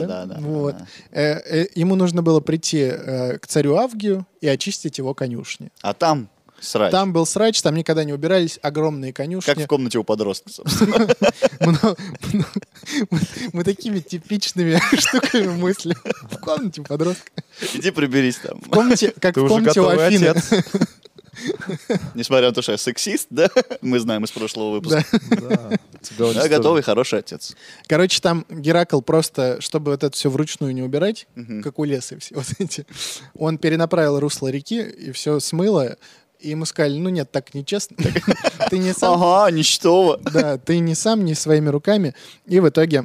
[SPEAKER 1] Да, да, да.
[SPEAKER 2] Вот.
[SPEAKER 1] да.
[SPEAKER 2] Э, э, Ему нужно было прийти э, к царю Авгию и очистить его конюшни.
[SPEAKER 1] А там срач.
[SPEAKER 2] Там был срач, там никогда не убирались, огромные
[SPEAKER 1] Как
[SPEAKER 2] конюшни.
[SPEAKER 1] в комнате у подростка.
[SPEAKER 2] [LAUGHS]
[SPEAKER 1] собственно.
[SPEAKER 2] Мно- мно- Мы мы такими типичными [LAUGHS] штуками мысли. В комнате у подростка.
[SPEAKER 1] Иди приберись там.
[SPEAKER 2] В комнате, как
[SPEAKER 4] Ты
[SPEAKER 2] в
[SPEAKER 4] уже
[SPEAKER 2] комнате у
[SPEAKER 4] готовый
[SPEAKER 2] Афины.
[SPEAKER 4] отец.
[SPEAKER 1] Несмотря на то, что я сексист, да, [LAUGHS] мы знаем из прошлого выпуска.
[SPEAKER 4] [LAUGHS] Да. Тебя
[SPEAKER 1] Я
[SPEAKER 4] уничтожили.
[SPEAKER 1] готовый, хороший отец.
[SPEAKER 2] Короче, там Геракл просто, чтобы вот это все вручную не убирать,
[SPEAKER 1] Мгм.
[SPEAKER 2] как у леса все вот эти, он перенаправил русло реки и все смыло. И ему сказали, ну нет, так нечестно. [LAUGHS] Ты не сам
[SPEAKER 1] Ага, ничтово.
[SPEAKER 2] Да, ты не сам, не своими руками. И в итоге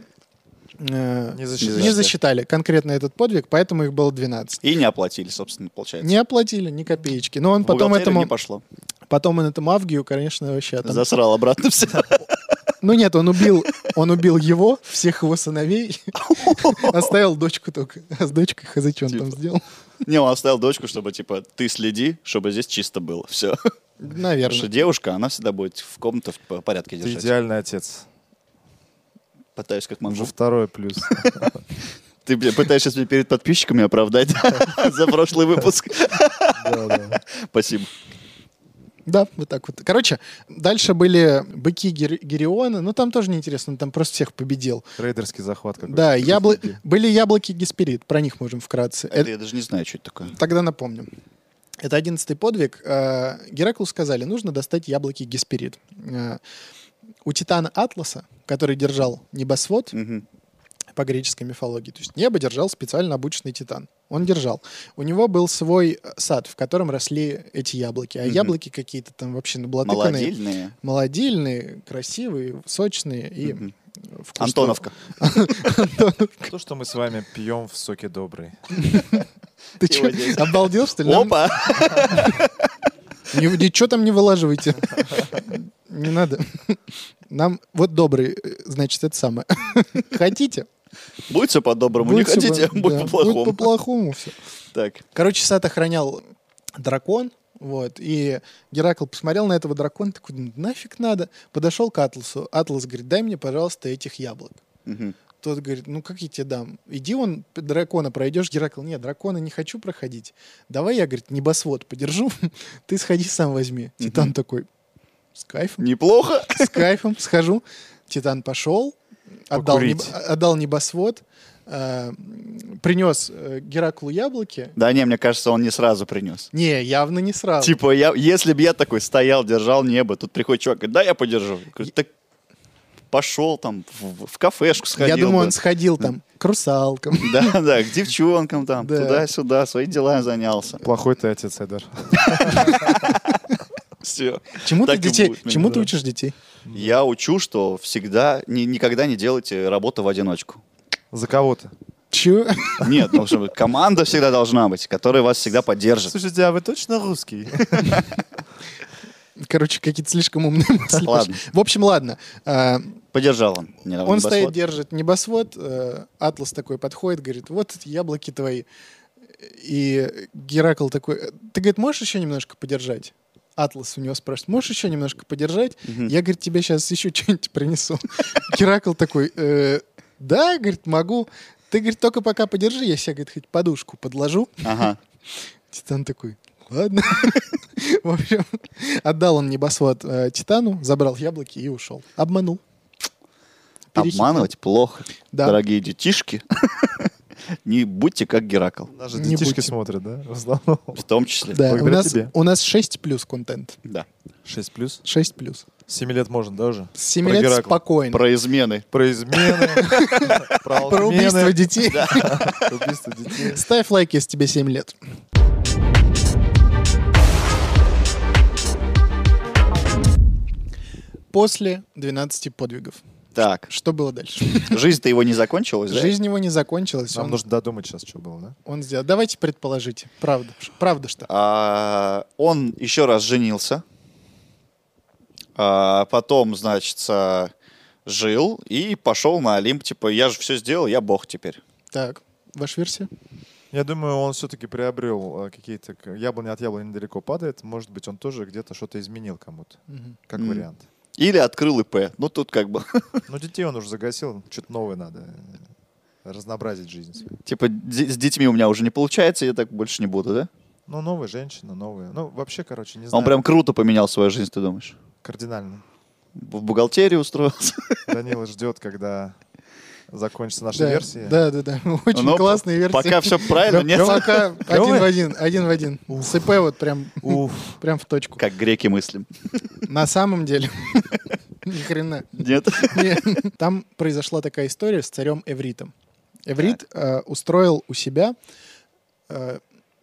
[SPEAKER 2] э,
[SPEAKER 4] Не засчитали.
[SPEAKER 2] не засчитали конкретно этот подвиг, поэтому их было 12.
[SPEAKER 1] И не оплатили, собственно, получается.
[SPEAKER 2] Не оплатили ни копеечки. Но он
[SPEAKER 1] В
[SPEAKER 2] потом
[SPEAKER 1] бухгалтерию
[SPEAKER 2] этому,
[SPEAKER 1] не пошло.
[SPEAKER 2] потом он этому Авгию, конечно, вообще там-
[SPEAKER 1] Засрал обратно [LAUGHS] все.
[SPEAKER 2] Ну нет, он убил, он убил его, всех его сыновей, оставил дочку только. А с дочкой хз, что он там
[SPEAKER 1] Типа.
[SPEAKER 2] сделал.
[SPEAKER 1] Не, он оставил дочку, чтобы, типа, ты следи, чтобы здесь чисто было. Все. Потому что
[SPEAKER 2] Наверное.
[SPEAKER 1] девушка, она всегда будет в комнатах в порядке
[SPEAKER 4] Ты
[SPEAKER 1] держать.
[SPEAKER 4] идеальный отец.
[SPEAKER 1] Пытаюсь как
[SPEAKER 4] Уже
[SPEAKER 1] могу.
[SPEAKER 4] второй плюс.
[SPEAKER 1] Ты бля, пытаешься сейчас меня перед подписчиками оправдать [LAUGHS] за прошлый выпуск.
[SPEAKER 4] Да, да.
[SPEAKER 1] Спасибо.
[SPEAKER 2] Да, вот так вот. Короче, дальше были быки Гер- Гериона. Ну, там тоже неинтересно, он там просто всех победил.
[SPEAKER 4] Рейдерский захват какой-то.
[SPEAKER 2] Да, ябло... были яблоки Гесперид, про них можем вкратце. Э,
[SPEAKER 1] я даже не знаю, что это такое.
[SPEAKER 2] Тогда напомним. Это одиннадцатый подвиг. Э, Гераклу сказали, нужно достать яблоки Гесперид. Э, У титана Атласа, который держал небосвод,
[SPEAKER 1] Мгм.
[SPEAKER 2] по греческой мифологии. То есть небо держал специально обученный титан. Он держал. У него был свой э, сад, в котором росли эти яблоки. А
[SPEAKER 1] Мгм.
[SPEAKER 2] яблоки какие-то там вообще наблатыканные.
[SPEAKER 1] Молодильные.
[SPEAKER 2] Молодильные, красивые, сочные и
[SPEAKER 1] Мгм.
[SPEAKER 2] вкусные.
[SPEAKER 1] Антоновка.
[SPEAKER 4] То, что мы с вами пьем в соке добрый.
[SPEAKER 2] Ты чё,
[SPEAKER 1] Его здесь.
[SPEAKER 2] обалдел, что ли? Нам-
[SPEAKER 1] Опа! [LAUGHS]
[SPEAKER 2] Ни- Ничего там
[SPEAKER 1] [LAUGHS]
[SPEAKER 2] не вылаживайте. Не надо. Нам вот добрый, э, значит, это самое. [LAUGHS] Хотите?
[SPEAKER 1] Будь все по-доброму, не
[SPEAKER 2] Будет всё
[SPEAKER 1] хотите,
[SPEAKER 2] по-
[SPEAKER 1] будь
[SPEAKER 2] да,
[SPEAKER 1] по-плохому.
[SPEAKER 2] Будет по-плохому все.
[SPEAKER 1] Так.
[SPEAKER 2] Короче, сад охранял дракон, вот, и Геракл посмотрел на этого дракона, такой, «Ну, нафиг надо, подошел к Атласу. Атлас говорит, дай мне, пожалуйста, этих яблок.
[SPEAKER 1] Мгм.
[SPEAKER 2] Тот говорит, ну как я тебе дам? Иди он, п- дракона пройдешь. Геракл, нет, дракона не хочу проходить. Давай я, говорит, небосвод подержу, [LAUGHS] ты сходи сам возьми. Титан такой, с кайфом
[SPEAKER 1] Неплохо.
[SPEAKER 2] с кайфом схожу. Титан пошел, отдал,
[SPEAKER 4] Покурить.
[SPEAKER 2] небо- а, отдал небосвод, э, м, принес э, Гераклу яблоки.
[SPEAKER 1] Да не, мне кажется, он не сразу принес.
[SPEAKER 2] Не, явно не сразу.
[SPEAKER 1] Типа, я, если бы я такой стоял, держал небо, тут приходит чувак, говорит, да, я подержу. Я говорю, так пошел там, в, в кафешку сходил
[SPEAKER 2] Я думаю,
[SPEAKER 1] бы».
[SPEAKER 2] он сходил там к русалкам.
[SPEAKER 1] [LAUGHS] Да, да, к девчонкам там,
[SPEAKER 2] [LAUGHS] Да.
[SPEAKER 1] туда-сюда, свои дела занялся.
[SPEAKER 4] Плохой ты отец, Эдар.
[SPEAKER 1] Все.
[SPEAKER 2] Чему ты
[SPEAKER 1] Так и
[SPEAKER 2] детей?
[SPEAKER 1] будет, мне
[SPEAKER 2] Чему ты
[SPEAKER 1] кажется.
[SPEAKER 2] учишь детей?
[SPEAKER 1] Я учу, что всегда, ни- никогда не делайте работу в одиночку.
[SPEAKER 4] За кого-то.
[SPEAKER 2] Чего?
[SPEAKER 1] Нет, ну, чтобы команда всегда должна быть, которая вас всегда поддержит.
[SPEAKER 4] Слушайте, а вы точно русский?
[SPEAKER 2] [LAUGHS] Короче, какие-то слишком умные мысли.
[SPEAKER 1] Ладно.
[SPEAKER 2] пошли. В общем, ладно. Э,
[SPEAKER 1] Поддержал он. меня
[SPEAKER 2] Он
[SPEAKER 1] небосвод.
[SPEAKER 2] стоит, держит небосвод. э, Атлас такой подходит, говорит, вот яблоки твои. И Геракл такой, «Э, ты, говорит, можешь еще немножко подержать? Атлас у него спрашивает, можешь еще немножко подержать?
[SPEAKER 1] Мгм.
[SPEAKER 2] Я, говорит, тебе сейчас еще что-нибудь принесу. [LAUGHS] Геракл такой, «Э, да, говорит, могу. Ты, говорит, только пока подержи, я себе, говорит, хоть подушку подложу. [LAUGHS]
[SPEAKER 1] Ага.
[SPEAKER 2] Титан такой, ладно. [LAUGHS] В общем, отдал он небосвод э, Титану, забрал яблоки и ушел. Обманул. Перехитрил.
[SPEAKER 1] Обманывать плохо,
[SPEAKER 2] Да.
[SPEAKER 1] дорогие детишки. [LAUGHS] Не будьте как Геракл,
[SPEAKER 4] [LAUGHS] Даже
[SPEAKER 2] Не
[SPEAKER 4] детишки
[SPEAKER 2] будьте.
[SPEAKER 4] смотрят, да? В основном.
[SPEAKER 1] в том числе.
[SPEAKER 2] Да, у
[SPEAKER 4] Благодаря
[SPEAKER 2] нас,
[SPEAKER 4] тебе.
[SPEAKER 2] у нас 6 плюс контент.
[SPEAKER 1] Да.
[SPEAKER 4] 6 плюс.
[SPEAKER 2] 6 плюс.
[SPEAKER 4] 7 лет можно, да, уже?
[SPEAKER 2] С 7
[SPEAKER 4] Про
[SPEAKER 2] лет
[SPEAKER 4] Геракла.
[SPEAKER 2] спокойно.
[SPEAKER 1] Про измены.
[SPEAKER 4] Про измены.
[SPEAKER 2] [LAUGHS]
[SPEAKER 4] Про
[SPEAKER 2] Про убийство
[SPEAKER 4] отмены,
[SPEAKER 2] детей.
[SPEAKER 4] про убийство детей.
[SPEAKER 2] Ставь лайк, если тебе 7 лет. После 12 подвигов.
[SPEAKER 1] Так,
[SPEAKER 2] Что было дальше?
[SPEAKER 1] жизнь-то его не закончилась, да?
[SPEAKER 2] Жизнь его не закончилась.
[SPEAKER 4] Нам
[SPEAKER 2] он,
[SPEAKER 4] нужно додумать сейчас, что было, да?
[SPEAKER 2] он сделал. Давайте предположите. Правда. ш- Правда что?
[SPEAKER 1] А, он еще раз женился, А, потом, значит, а, жил и пошел на Олимп, типа, я же все сделал, я бог теперь.
[SPEAKER 2] Так. Ваша версия?
[SPEAKER 4] Я думаю, он все-таки приобрел э, какие-то... к- Яблоня от яблони недалеко падает. Может быть, он тоже где-то что-то изменил кому-то,
[SPEAKER 2] Мгм.
[SPEAKER 4] как
[SPEAKER 1] Мгм.
[SPEAKER 4] вариант.
[SPEAKER 1] Или открыл ИП. Ну, тут как бы, [LAUGHS]
[SPEAKER 4] Но детей он уже загасил. Что-то новое надо. э, Разнообразить жизнь свою.
[SPEAKER 1] типа, д- с детьми у меня уже не получается, я так больше не буду, да? А
[SPEAKER 4] Ну, новая женщина, новая. Ну, вообще, короче, не знаю.
[SPEAKER 1] Он прям круто поменял свою жизнь, ты думаешь?
[SPEAKER 4] Кардинально.
[SPEAKER 1] В бухгалтерию устроился.
[SPEAKER 4] Данила ждет, когда закончится наша
[SPEAKER 2] Да,
[SPEAKER 4] версия.
[SPEAKER 2] да, да, да. Очень
[SPEAKER 1] Ну,
[SPEAKER 2] классная версия.
[SPEAKER 1] Пока все правильно,
[SPEAKER 2] Прям-
[SPEAKER 1] нет?
[SPEAKER 2] прям пока один
[SPEAKER 4] Клёвая?
[SPEAKER 2] в один, один в один. С ИП вот прям,
[SPEAKER 4] Уф.
[SPEAKER 2] прям в
[SPEAKER 1] [LAUGHS]
[SPEAKER 2] точку.
[SPEAKER 1] Как греки мыслим.
[SPEAKER 2] На самом деле. [LAUGHS] Ни хрена.
[SPEAKER 1] Нет?
[SPEAKER 2] Не. Там произошла такая история с царем Эвритом. Эврит э, устроил у себя э,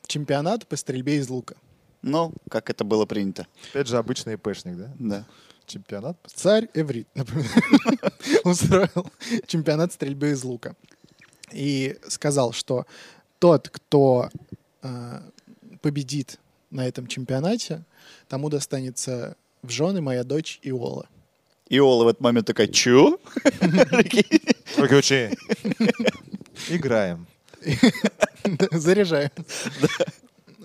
[SPEAKER 2] чемпионат по стрельбе из лука.
[SPEAKER 1] Ну, как это было принято.
[SPEAKER 4] Опять же, обычный пэшник, да?
[SPEAKER 1] Да.
[SPEAKER 4] Чемпионат.
[SPEAKER 2] Царь Эврит, например, [LAUGHS] устроил чемпионат стрельбы из лука. И сказал, что тот, кто э, победит на этом чемпионате, тому достанется в жены моя дочь Иола.
[SPEAKER 1] И Ола в этот момент такая, чё? [LAUGHS]
[SPEAKER 4] [LAUGHS] Выключи. Играем.
[SPEAKER 2] [LAUGHS] Да, Заряжаем.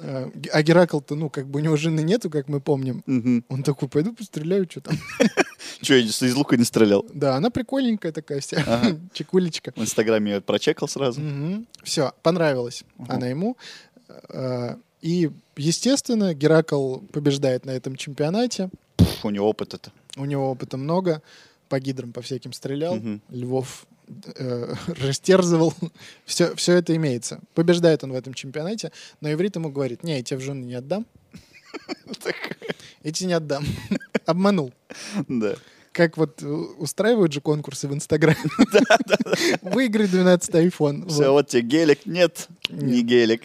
[SPEAKER 2] Э, Г- А Геракл-то, ну, как бы у него жены нету, как мы помним.
[SPEAKER 1] Мгм.
[SPEAKER 2] Он такой, пойду постреляю, что там. [LAUGHS]
[SPEAKER 1] Чё, я из лука не стрелял?
[SPEAKER 2] Да, она прикольненькая такая вся,
[SPEAKER 1] Ага.
[SPEAKER 2] [LAUGHS] чекулечка.
[SPEAKER 1] В Инстаграме я прочекал сразу.
[SPEAKER 2] Все, понравилось
[SPEAKER 1] Ага.
[SPEAKER 2] она ему. Э, И, естественно, Геракл побеждает на этом чемпионате. [LAUGHS]
[SPEAKER 1] Пф, у него опыта-то.
[SPEAKER 2] У него опыта много. По гидрам, по всяким стрелял.
[SPEAKER 1] Мгм.
[SPEAKER 2] Львов э, [LAUGHS] растерзывал. все, все это имеется. Побеждает он в этом чемпионате, но иврит ему говорит, не, я тебе в жены не отдам. Я тебе не отдам. [LAUGHS] Обманул.
[SPEAKER 1] Да.
[SPEAKER 2] Как вот э, устраивают же конкурсы
[SPEAKER 1] [LAUGHS]
[SPEAKER 2] в Инстаграме. Выиграй 12 iPhone.
[SPEAKER 1] Все,
[SPEAKER 2] Вот,
[SPEAKER 1] вот тебе гелик. Нет, не гелик.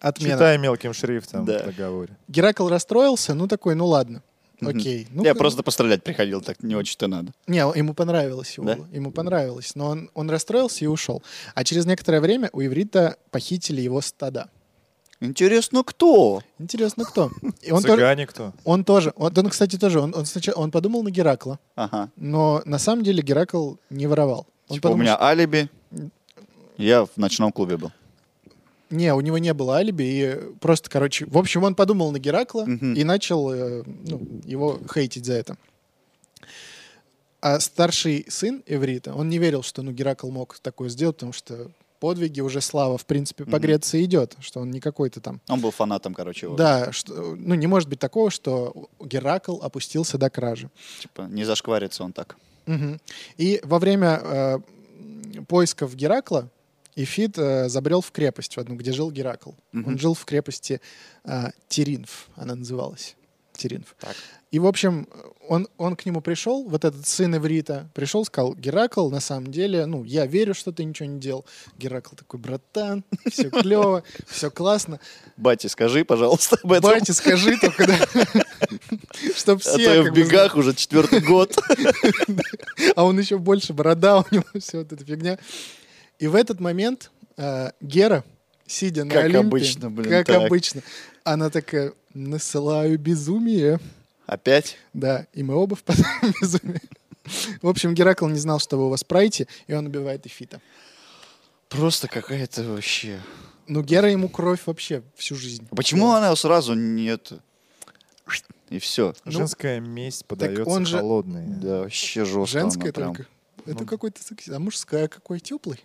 [SPEAKER 2] Отмена.
[SPEAKER 4] Читай мелким шрифтом
[SPEAKER 1] Да.
[SPEAKER 4] в договоре.
[SPEAKER 2] Геракл расстроился, ну такой, ну ладно. [LAUGHS] Окей. Ну,
[SPEAKER 1] Я
[SPEAKER 2] к-
[SPEAKER 1] просто пострелять приходил, так не очень-то надо.
[SPEAKER 2] Не, ему понравилось его.
[SPEAKER 1] Да?
[SPEAKER 2] Ему понравилось. Но он, он расстроился и ушел. А через некоторое время у Иврита похитили его стада.
[SPEAKER 1] Интересно, кто?
[SPEAKER 2] Интересно, кто? И он, тоже,
[SPEAKER 4] Цыгане кто?
[SPEAKER 2] он тоже. Он, он, кстати, тоже. Он, он сначала он подумал на Геракла,
[SPEAKER 1] Ага.
[SPEAKER 2] но на самом деле Геракл не воровал. Он
[SPEAKER 1] Типа, у
[SPEAKER 2] подумал,
[SPEAKER 1] меня алиби. Я в ночном клубе был.
[SPEAKER 2] что- не, у него не было алиби. И просто, короче, в общем, он подумал на Геракла
[SPEAKER 1] Мгм.
[SPEAKER 2] и начал э, ну, его хейтить за это. А старший сын Эврита, он не верил, что ну, Геракл мог такое сделать, потому что подвиги уже слава, в принципе, по
[SPEAKER 1] Мгм.
[SPEAKER 2] Греции идет, что он не какой-то там.
[SPEAKER 1] Он был фанатом, короче, его.
[SPEAKER 2] Да, что, ну не может быть такого, что Геракл опустился до кражи.
[SPEAKER 1] Типа, не зашкварится он так.
[SPEAKER 2] Мгм. И во время э, м, поисков Геракла Эфит э, забрел в крепость в одну, где жил Геракл.
[SPEAKER 1] Мгм.
[SPEAKER 2] Он жил в крепости э, Теринф, она называлась. Теринф.
[SPEAKER 1] Так.
[SPEAKER 2] И, в общем, он, он к нему пришел, вот этот сын Эврита, пришел, сказал, Геракл, на самом деле, ну, я верю, что ты ничего не делал. Геракл такой, братан, [LAUGHS] все клево, все классно.
[SPEAKER 1] Батя, скажи, пожалуйста, об этом.
[SPEAKER 2] Батя, скажи только, да. [LAUGHS] Чтоб
[SPEAKER 1] а то
[SPEAKER 2] все...
[SPEAKER 1] я в
[SPEAKER 2] как бы
[SPEAKER 1] бегах уже
[SPEAKER 2] [LAUGHS]
[SPEAKER 1] четвертый год.
[SPEAKER 2] а он еще больше борода, [LAUGHS] у него все вот эта фигня. И в этот момент э, Гера, сидя на
[SPEAKER 1] Как
[SPEAKER 2] Олимпе,
[SPEAKER 1] обычно, блин,
[SPEAKER 2] как
[SPEAKER 1] так.
[SPEAKER 2] обычно, она такая, насылаю безумие.
[SPEAKER 1] Опять?
[SPEAKER 2] Да, и мы оба впадаем [LAUGHS] в безумие. В общем, Геракл не знал, что вы у вас пройти, и он убивает Эфита.
[SPEAKER 1] Просто какая-то вообще...
[SPEAKER 2] Ну, Гера ему кровь вообще всю жизнь.
[SPEAKER 1] Почему она сразу нет? И все.
[SPEAKER 2] Ну,
[SPEAKER 4] Женская месть подается
[SPEAKER 2] он же-
[SPEAKER 4] холодной.
[SPEAKER 1] Да, вообще жестко. она
[SPEAKER 2] Э, Женская
[SPEAKER 1] прям.
[SPEAKER 2] только. Это
[SPEAKER 4] Ну.
[SPEAKER 2] какой-то сексизм. А мужская какой теплый.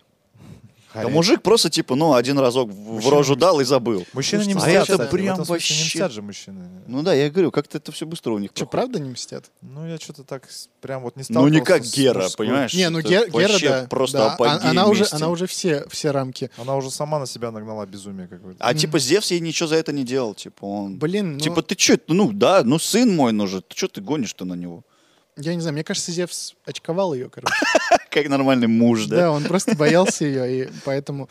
[SPEAKER 1] Да мужик просто, типа, ну, один разок в- в
[SPEAKER 4] Мужчина
[SPEAKER 1] рожу
[SPEAKER 4] не
[SPEAKER 1] дал и забыл.
[SPEAKER 4] Мужчины не
[SPEAKER 1] А
[SPEAKER 4] мстят,
[SPEAKER 1] это
[SPEAKER 4] кстати, в этом
[SPEAKER 1] прям
[SPEAKER 4] смысле
[SPEAKER 1] вообще-
[SPEAKER 4] Не мстят же мужчины.
[SPEAKER 1] Ну да, я говорю, как-то это все быстро у них
[SPEAKER 2] Че,
[SPEAKER 1] проходит.
[SPEAKER 2] правда не мстят?
[SPEAKER 4] Ну, я что-то так с- прям вот не стал.
[SPEAKER 1] Ну, не как Гера, понимаешь?
[SPEAKER 2] Не, ну
[SPEAKER 1] Это
[SPEAKER 2] Гер- Гера,
[SPEAKER 1] вообще
[SPEAKER 2] да.
[SPEAKER 1] просто
[SPEAKER 2] да. А-
[SPEAKER 1] апогей
[SPEAKER 2] Она уже,
[SPEAKER 1] мести.
[SPEAKER 2] она уже все, все рамки
[SPEAKER 4] Она уже сама на себя нагнала безумие какое-то.
[SPEAKER 1] А типа Зевс ей ничего за это не делал, типа он.
[SPEAKER 2] Блин, ну,
[SPEAKER 1] Типа ты че, ну да, ну сын мой, ну же, ты что ты гонишь-то на него? [LAUGHS]
[SPEAKER 2] я не знаю, мне кажется, Зевс очковал ее, короче.
[SPEAKER 1] Как нормальный муж, [LAUGHS] да?
[SPEAKER 2] Да, он просто боялся ее, и поэтому...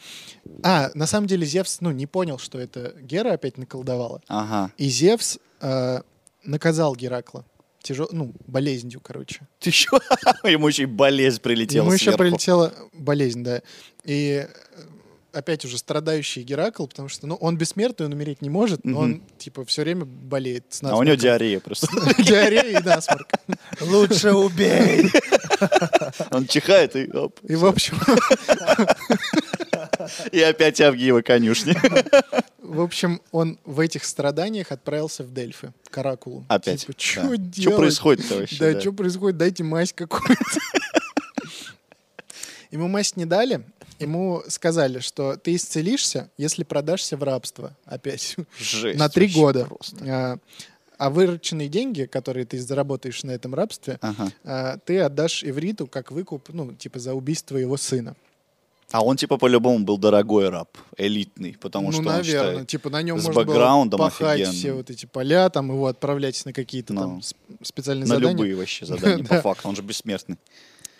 [SPEAKER 2] А, на самом деле Зевс, ну, не понял, что это Гера опять наколдовала.
[SPEAKER 1] Ага.
[SPEAKER 2] И Зевс э, наказал Геракла. Тяжел... Ну, болезнью, короче.
[SPEAKER 1] Ты еще [LAUGHS] ему еще и болезнь прилетела
[SPEAKER 2] Ему еще
[SPEAKER 1] сверху.
[SPEAKER 2] прилетела болезнь, да. И э, опять уже страдающий Геракл, потому что, ну, он бессмертный, он умереть не может, но он, типа, все время болеет с
[SPEAKER 1] А у него
[SPEAKER 2] насморком.
[SPEAKER 1] диарея просто. [LAUGHS]
[SPEAKER 2] [LAUGHS] диарея и насморк.
[SPEAKER 4] Лучше убей!
[SPEAKER 1] Он чихает и оп.
[SPEAKER 2] И, в общем,
[SPEAKER 1] И опять Авгиева конюшни. [LAUGHS]
[SPEAKER 2] В общем, он в этих страданиях отправился в Дельфы, к Оракулу.
[SPEAKER 1] Опять.
[SPEAKER 2] Типа, что
[SPEAKER 1] Что
[SPEAKER 2] делать?
[SPEAKER 1] происходит-то вообще?
[SPEAKER 2] Да, что происходит? Дайте мазь какую-то. [LAUGHS] Ему мазь не дали. Ему сказали, что ты исцелишься, если продашься в рабство. Опять.
[SPEAKER 1] Жесть
[SPEAKER 2] на три
[SPEAKER 1] вообще
[SPEAKER 2] года.
[SPEAKER 1] просто.
[SPEAKER 2] А, а вырученные деньги, которые ты заработаешь на этом рабстве,
[SPEAKER 1] Ага.
[SPEAKER 2] а, ты отдашь Ивриту как выкуп, ну, типа, за убийство его сына.
[SPEAKER 1] А он типа по-любому был дорогой раб, элитный, потому
[SPEAKER 2] ну,
[SPEAKER 1] что
[SPEAKER 2] наверное,
[SPEAKER 1] он считает.
[SPEAKER 2] типа на нем
[SPEAKER 1] с
[SPEAKER 2] можно было
[SPEAKER 1] бэкграундом
[SPEAKER 2] пахать
[SPEAKER 1] офигенным.
[SPEAKER 2] все вот эти поля, там его отправлять на какие-то
[SPEAKER 1] Ну,
[SPEAKER 2] там сп- специальные
[SPEAKER 1] На
[SPEAKER 2] задания.
[SPEAKER 1] любые вообще
[SPEAKER 2] [LAUGHS]
[SPEAKER 1] задания, по факту, он же бессмертный.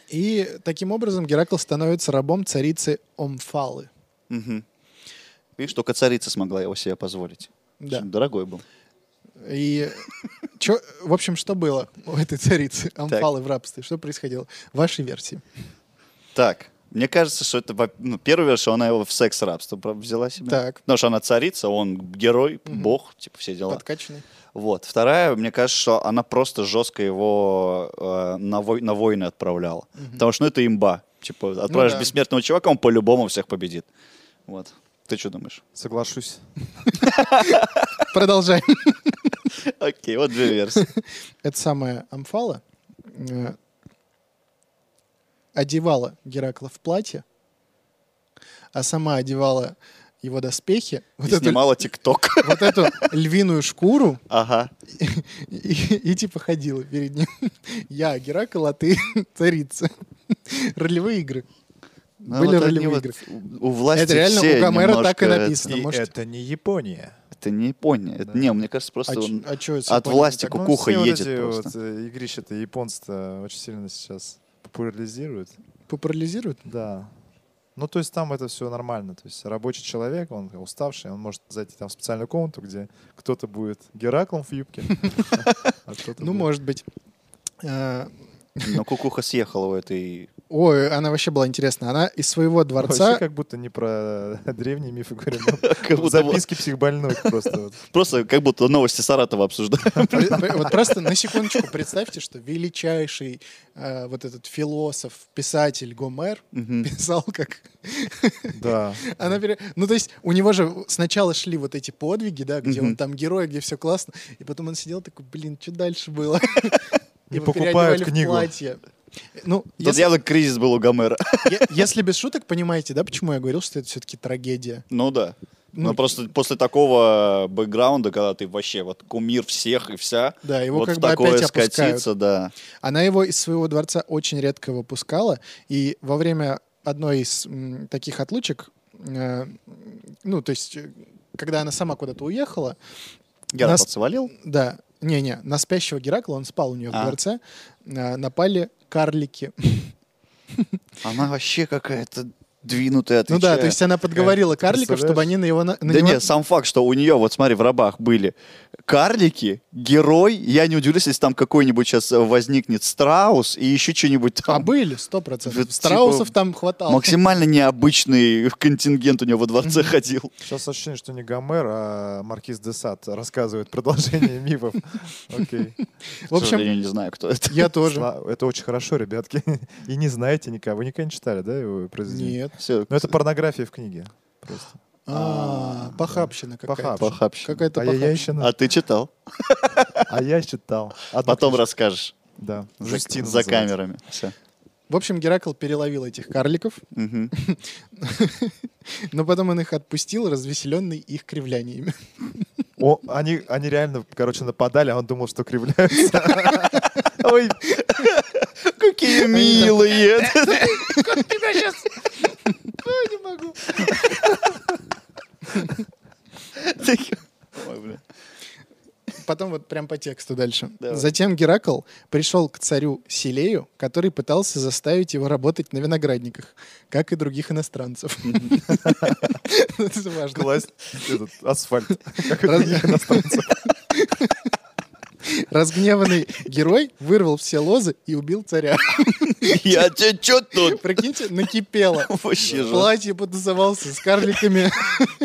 [SPEAKER 2] И таким образом Геракл становится рабом царицы Омфалы.
[SPEAKER 1] Мгм. Видишь, только царица смогла его себе позволить.
[SPEAKER 2] Да.
[SPEAKER 1] Очень Дорогой был.
[SPEAKER 2] И [LAUGHS] чё- в общем, что было у этой царицы Омфалы в рабстве? Что происходило? Вашей версии.
[SPEAKER 1] Так, мне кажется, что это во- ну, первый версия, она его в секс-рабство прав- взяла себе.
[SPEAKER 2] Так.
[SPEAKER 1] Потому что она царица, он герой, бог, типа все дела.
[SPEAKER 2] Подкачанный.
[SPEAKER 1] Вот. Вторая, мне кажется, что она просто жестко его э, на, вой- на войны отправляла. Потому что ну, это имба. Типа, отправишь
[SPEAKER 2] Ну да.
[SPEAKER 1] бессмертного чувака, он по-любому всех победит. Вот. Ты что думаешь?
[SPEAKER 4] [LAUGHS] Соглашусь.
[SPEAKER 2] Продолжаем.
[SPEAKER 1] [LAUGHS]
[SPEAKER 2] [LAUGHS]
[SPEAKER 1] Окей, вот две [LAUGHS] версии.
[SPEAKER 2] Это самая Амфала э, одевала Геракла в платье, а сама одевала его доспехи, вот,
[SPEAKER 1] И [LAUGHS]
[SPEAKER 2] эту,
[SPEAKER 1] снимала ТикТок.
[SPEAKER 2] вот эту львиную шкуру
[SPEAKER 1] Ага.
[SPEAKER 2] и, и типа [LAUGHS] ходила перед ним. Я Геракл, а ты царица. Ролевые игры.
[SPEAKER 1] Ну,
[SPEAKER 2] Были
[SPEAKER 1] вот они
[SPEAKER 2] ролевые
[SPEAKER 1] вот
[SPEAKER 2] игры.
[SPEAKER 1] у у власти
[SPEAKER 2] Это реально
[SPEAKER 1] все
[SPEAKER 2] у Гомера так и
[SPEAKER 1] немножко-
[SPEAKER 2] написано.
[SPEAKER 4] И
[SPEAKER 2] Может-
[SPEAKER 4] это не Япония.
[SPEAKER 1] Это не Япония. Это,
[SPEAKER 4] Да.
[SPEAKER 1] не, мне кажется, просто
[SPEAKER 2] А чё-
[SPEAKER 1] он
[SPEAKER 2] а чё это с
[SPEAKER 1] от
[SPEAKER 2] Японией?
[SPEAKER 1] власти
[SPEAKER 2] Так,
[SPEAKER 1] к- Кукуха
[SPEAKER 4] ну, все
[SPEAKER 1] едет
[SPEAKER 4] вот эти
[SPEAKER 1] просто.
[SPEAKER 4] вот, э, игрища-то японцы-то очень сильно сейчас популяризируют.
[SPEAKER 2] Популяризируют?
[SPEAKER 4] Да. Ну, то есть там это все нормально. То есть рабочий человек, он уставший, он может зайти там в специальную комнату, где кто-то будет Гераклом в юбке. [LAUGHS] а кто-то
[SPEAKER 2] Ну,
[SPEAKER 4] будет-
[SPEAKER 2] может быть. Э,
[SPEAKER 1] Но кукуха съехала у этой...
[SPEAKER 2] Ой, она вообще была интересна. Она из своего
[SPEAKER 4] Вообще
[SPEAKER 2] дворца...
[SPEAKER 4] как будто не про [LAUGHS] древние мифы
[SPEAKER 2] [LAUGHS]
[SPEAKER 4] говорим. ну,
[SPEAKER 1] Как будто
[SPEAKER 4] Записки психбольных просто. вот.
[SPEAKER 1] вот- Просто как будто новости Саратова обсуждаем.
[SPEAKER 2] Пре- пре- Вот просто на секундочку представьте, что величайший э, вот этот философ, писатель Гомер
[SPEAKER 1] Мгм.
[SPEAKER 2] писал как...
[SPEAKER 4] Да.
[SPEAKER 2] Она пере- Ну, то есть у него же сначала шли вот эти подвиги, да, где он
[SPEAKER 1] Мгм.
[SPEAKER 2] там герой, где все классно, и потом он сидел такой, блин, что дальше было?
[SPEAKER 4] Не
[SPEAKER 2] Его
[SPEAKER 4] покупают
[SPEAKER 2] переодевали в
[SPEAKER 4] книгу.
[SPEAKER 2] платье. Ну,
[SPEAKER 1] Тут
[SPEAKER 2] если,
[SPEAKER 1] явно кризис был у Гомера.
[SPEAKER 2] е- если без шуток, понимаете, да, почему я говорил, что это все-таки трагедия?
[SPEAKER 1] Ну да.
[SPEAKER 2] Ну,
[SPEAKER 1] Но просто после такого бэкграунда, когда ты вообще вот кумир всех и вся,
[SPEAKER 2] Да, его
[SPEAKER 1] вот
[SPEAKER 2] как
[SPEAKER 1] в
[SPEAKER 2] бы
[SPEAKER 1] такое
[SPEAKER 2] опять опускают.
[SPEAKER 1] скатиться, да.
[SPEAKER 2] Она его из своего дворца очень редко выпускала, и во время одной из м, таких отлучек, э, ну, то есть, э, когда она сама куда-то уехала,
[SPEAKER 1] Я
[SPEAKER 2] Нас-
[SPEAKER 1] подсвалил.
[SPEAKER 2] да, не-не, на спящего Геракла, он спал у нее в
[SPEAKER 1] А.
[SPEAKER 2] дворце, э, напали карлики.
[SPEAKER 1] Она вообще какая-то двинутая,
[SPEAKER 2] Ну да, то есть она подговорила
[SPEAKER 4] Какая-
[SPEAKER 2] карликов, чтобы
[SPEAKER 4] представляешь?
[SPEAKER 2] они на его... на- на
[SPEAKER 1] Э, да
[SPEAKER 2] него-
[SPEAKER 1] нет, сам факт, что у нее, вот смотри, в рабах были карлики, герой, я не удивлюсь, если там какой-нибудь сейчас возникнет страус и еще что-нибудь
[SPEAKER 2] А
[SPEAKER 1] там.
[SPEAKER 2] были, сто процентов.
[SPEAKER 1] Типа,
[SPEAKER 2] Страусов там хватало.
[SPEAKER 1] Максимально необычный контингент у него во дворце ходил.
[SPEAKER 4] Сейчас ощущение, что не Гомер, а Маркиз де Сад рассказывает продолжение [LAUGHS] мифов. Окей.
[SPEAKER 2] В общем,
[SPEAKER 1] я не знаю, кто это.
[SPEAKER 2] я тоже.
[SPEAKER 4] Сла- Это очень хорошо, ребятки. [LAUGHS] И не знаете никого. Вы никогда не читали, да, его произведение?
[SPEAKER 2] Нет.
[SPEAKER 1] Все,
[SPEAKER 4] Ну, это порнография в книге. Просто.
[SPEAKER 2] А, похабщина какая-то.
[SPEAKER 4] Похаб.
[SPEAKER 1] похабщина.
[SPEAKER 2] Какая-то
[SPEAKER 4] А я, я
[SPEAKER 2] похабщина.
[SPEAKER 4] еще на-
[SPEAKER 1] А ты читал?
[SPEAKER 4] а я читал. Одну
[SPEAKER 1] Потом
[SPEAKER 4] книжку.
[SPEAKER 1] расскажешь.
[SPEAKER 4] Да.
[SPEAKER 1] За-
[SPEAKER 4] Жюстин
[SPEAKER 1] за
[SPEAKER 4] называется.
[SPEAKER 1] камерами. Всё.
[SPEAKER 2] В общем, Геракл переловил этих карликов,
[SPEAKER 1] [LAUGHS] Мгм.
[SPEAKER 2] но потом он их отпустил, развеселенный их кривляниями.
[SPEAKER 4] О, они, они реально, короче, нападали, а он думал, что кривляются. [LAUGHS] Ой,
[SPEAKER 1] Какие милые. [LAUGHS] Такие- Ой, бля.
[SPEAKER 2] Потом вот прям по тексту дальше.
[SPEAKER 1] Давай.
[SPEAKER 2] Затем Геракл пришел к царю Селею, который пытался заставить его работать на виноградниках, как и других иностранцев. Это важно.
[SPEAKER 4] класть этот асфальт. Как и
[SPEAKER 2] Раз-
[SPEAKER 4] других иностранцев.
[SPEAKER 2] Разгневанный герой вырвал все лозы и убил царя.
[SPEAKER 1] Я тебе что тут? [LAUGHS]
[SPEAKER 2] Прикиньте, накипело.
[SPEAKER 1] Вообще
[SPEAKER 2] В
[SPEAKER 1] же.
[SPEAKER 2] платье потусовался с карликами.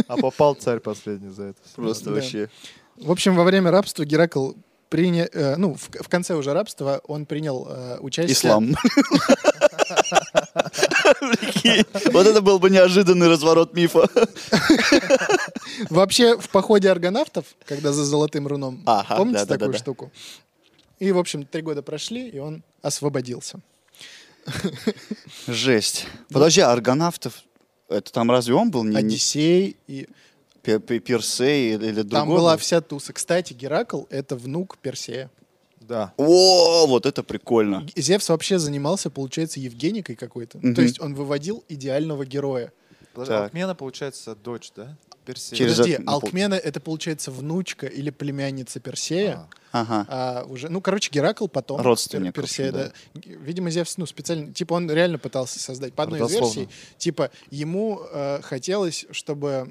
[SPEAKER 4] А попал царь последний за это.
[SPEAKER 1] Просто
[SPEAKER 2] Да.
[SPEAKER 1] вообще.
[SPEAKER 2] В общем, во время рабства Геракл приня- э, ну, в, в конце уже рабства он принял э,
[SPEAKER 1] [LAUGHS]
[SPEAKER 2] участие...
[SPEAKER 1] Ислам. Прикинь, Вот это был бы неожиданный разворот мифа.
[SPEAKER 2] Вообще, в походе аргонавтов, когда за золотым руном,
[SPEAKER 1] Ага,
[SPEAKER 2] помните
[SPEAKER 1] да-да-да-да.
[SPEAKER 2] такую штуку? И, в общем, три года прошли, и он освободился.
[SPEAKER 1] Жесть. Подожди, а аргонавтов, это там разве он был? Не, не
[SPEAKER 2] Одиссей, и
[SPEAKER 1] Пе- Пе- Персей или, или другой?
[SPEAKER 2] там была
[SPEAKER 1] был?
[SPEAKER 2] вся туса. Кстати, Геракл — это внук Персея.
[SPEAKER 4] Да.
[SPEAKER 1] О, вот это прикольно.
[SPEAKER 2] Г- Зевс вообще занимался, получается, Евгеникой какой-то.
[SPEAKER 1] Мгм.
[SPEAKER 2] То есть он выводил идеального героя.
[SPEAKER 4] Подожди,
[SPEAKER 1] Так.
[SPEAKER 4] Алкмена, получается, дочь, да? Персея.
[SPEAKER 1] Через-
[SPEAKER 2] Подожди,
[SPEAKER 1] ну, пол-
[SPEAKER 2] Алкмена — это, получается, внучка или племянница Персея.
[SPEAKER 4] А,
[SPEAKER 1] Ага.
[SPEAKER 2] а уже, ну, короче, Геракл потом.
[SPEAKER 1] Родственник,
[SPEAKER 2] Пер- Персей,
[SPEAKER 1] в общем,
[SPEAKER 2] да. Г- Видимо, Зевс, ну, специально, типа, он реально пытался создать. По одной из
[SPEAKER 4] Родословно.
[SPEAKER 2] версий, типа, ему э, хотелось, чтобы...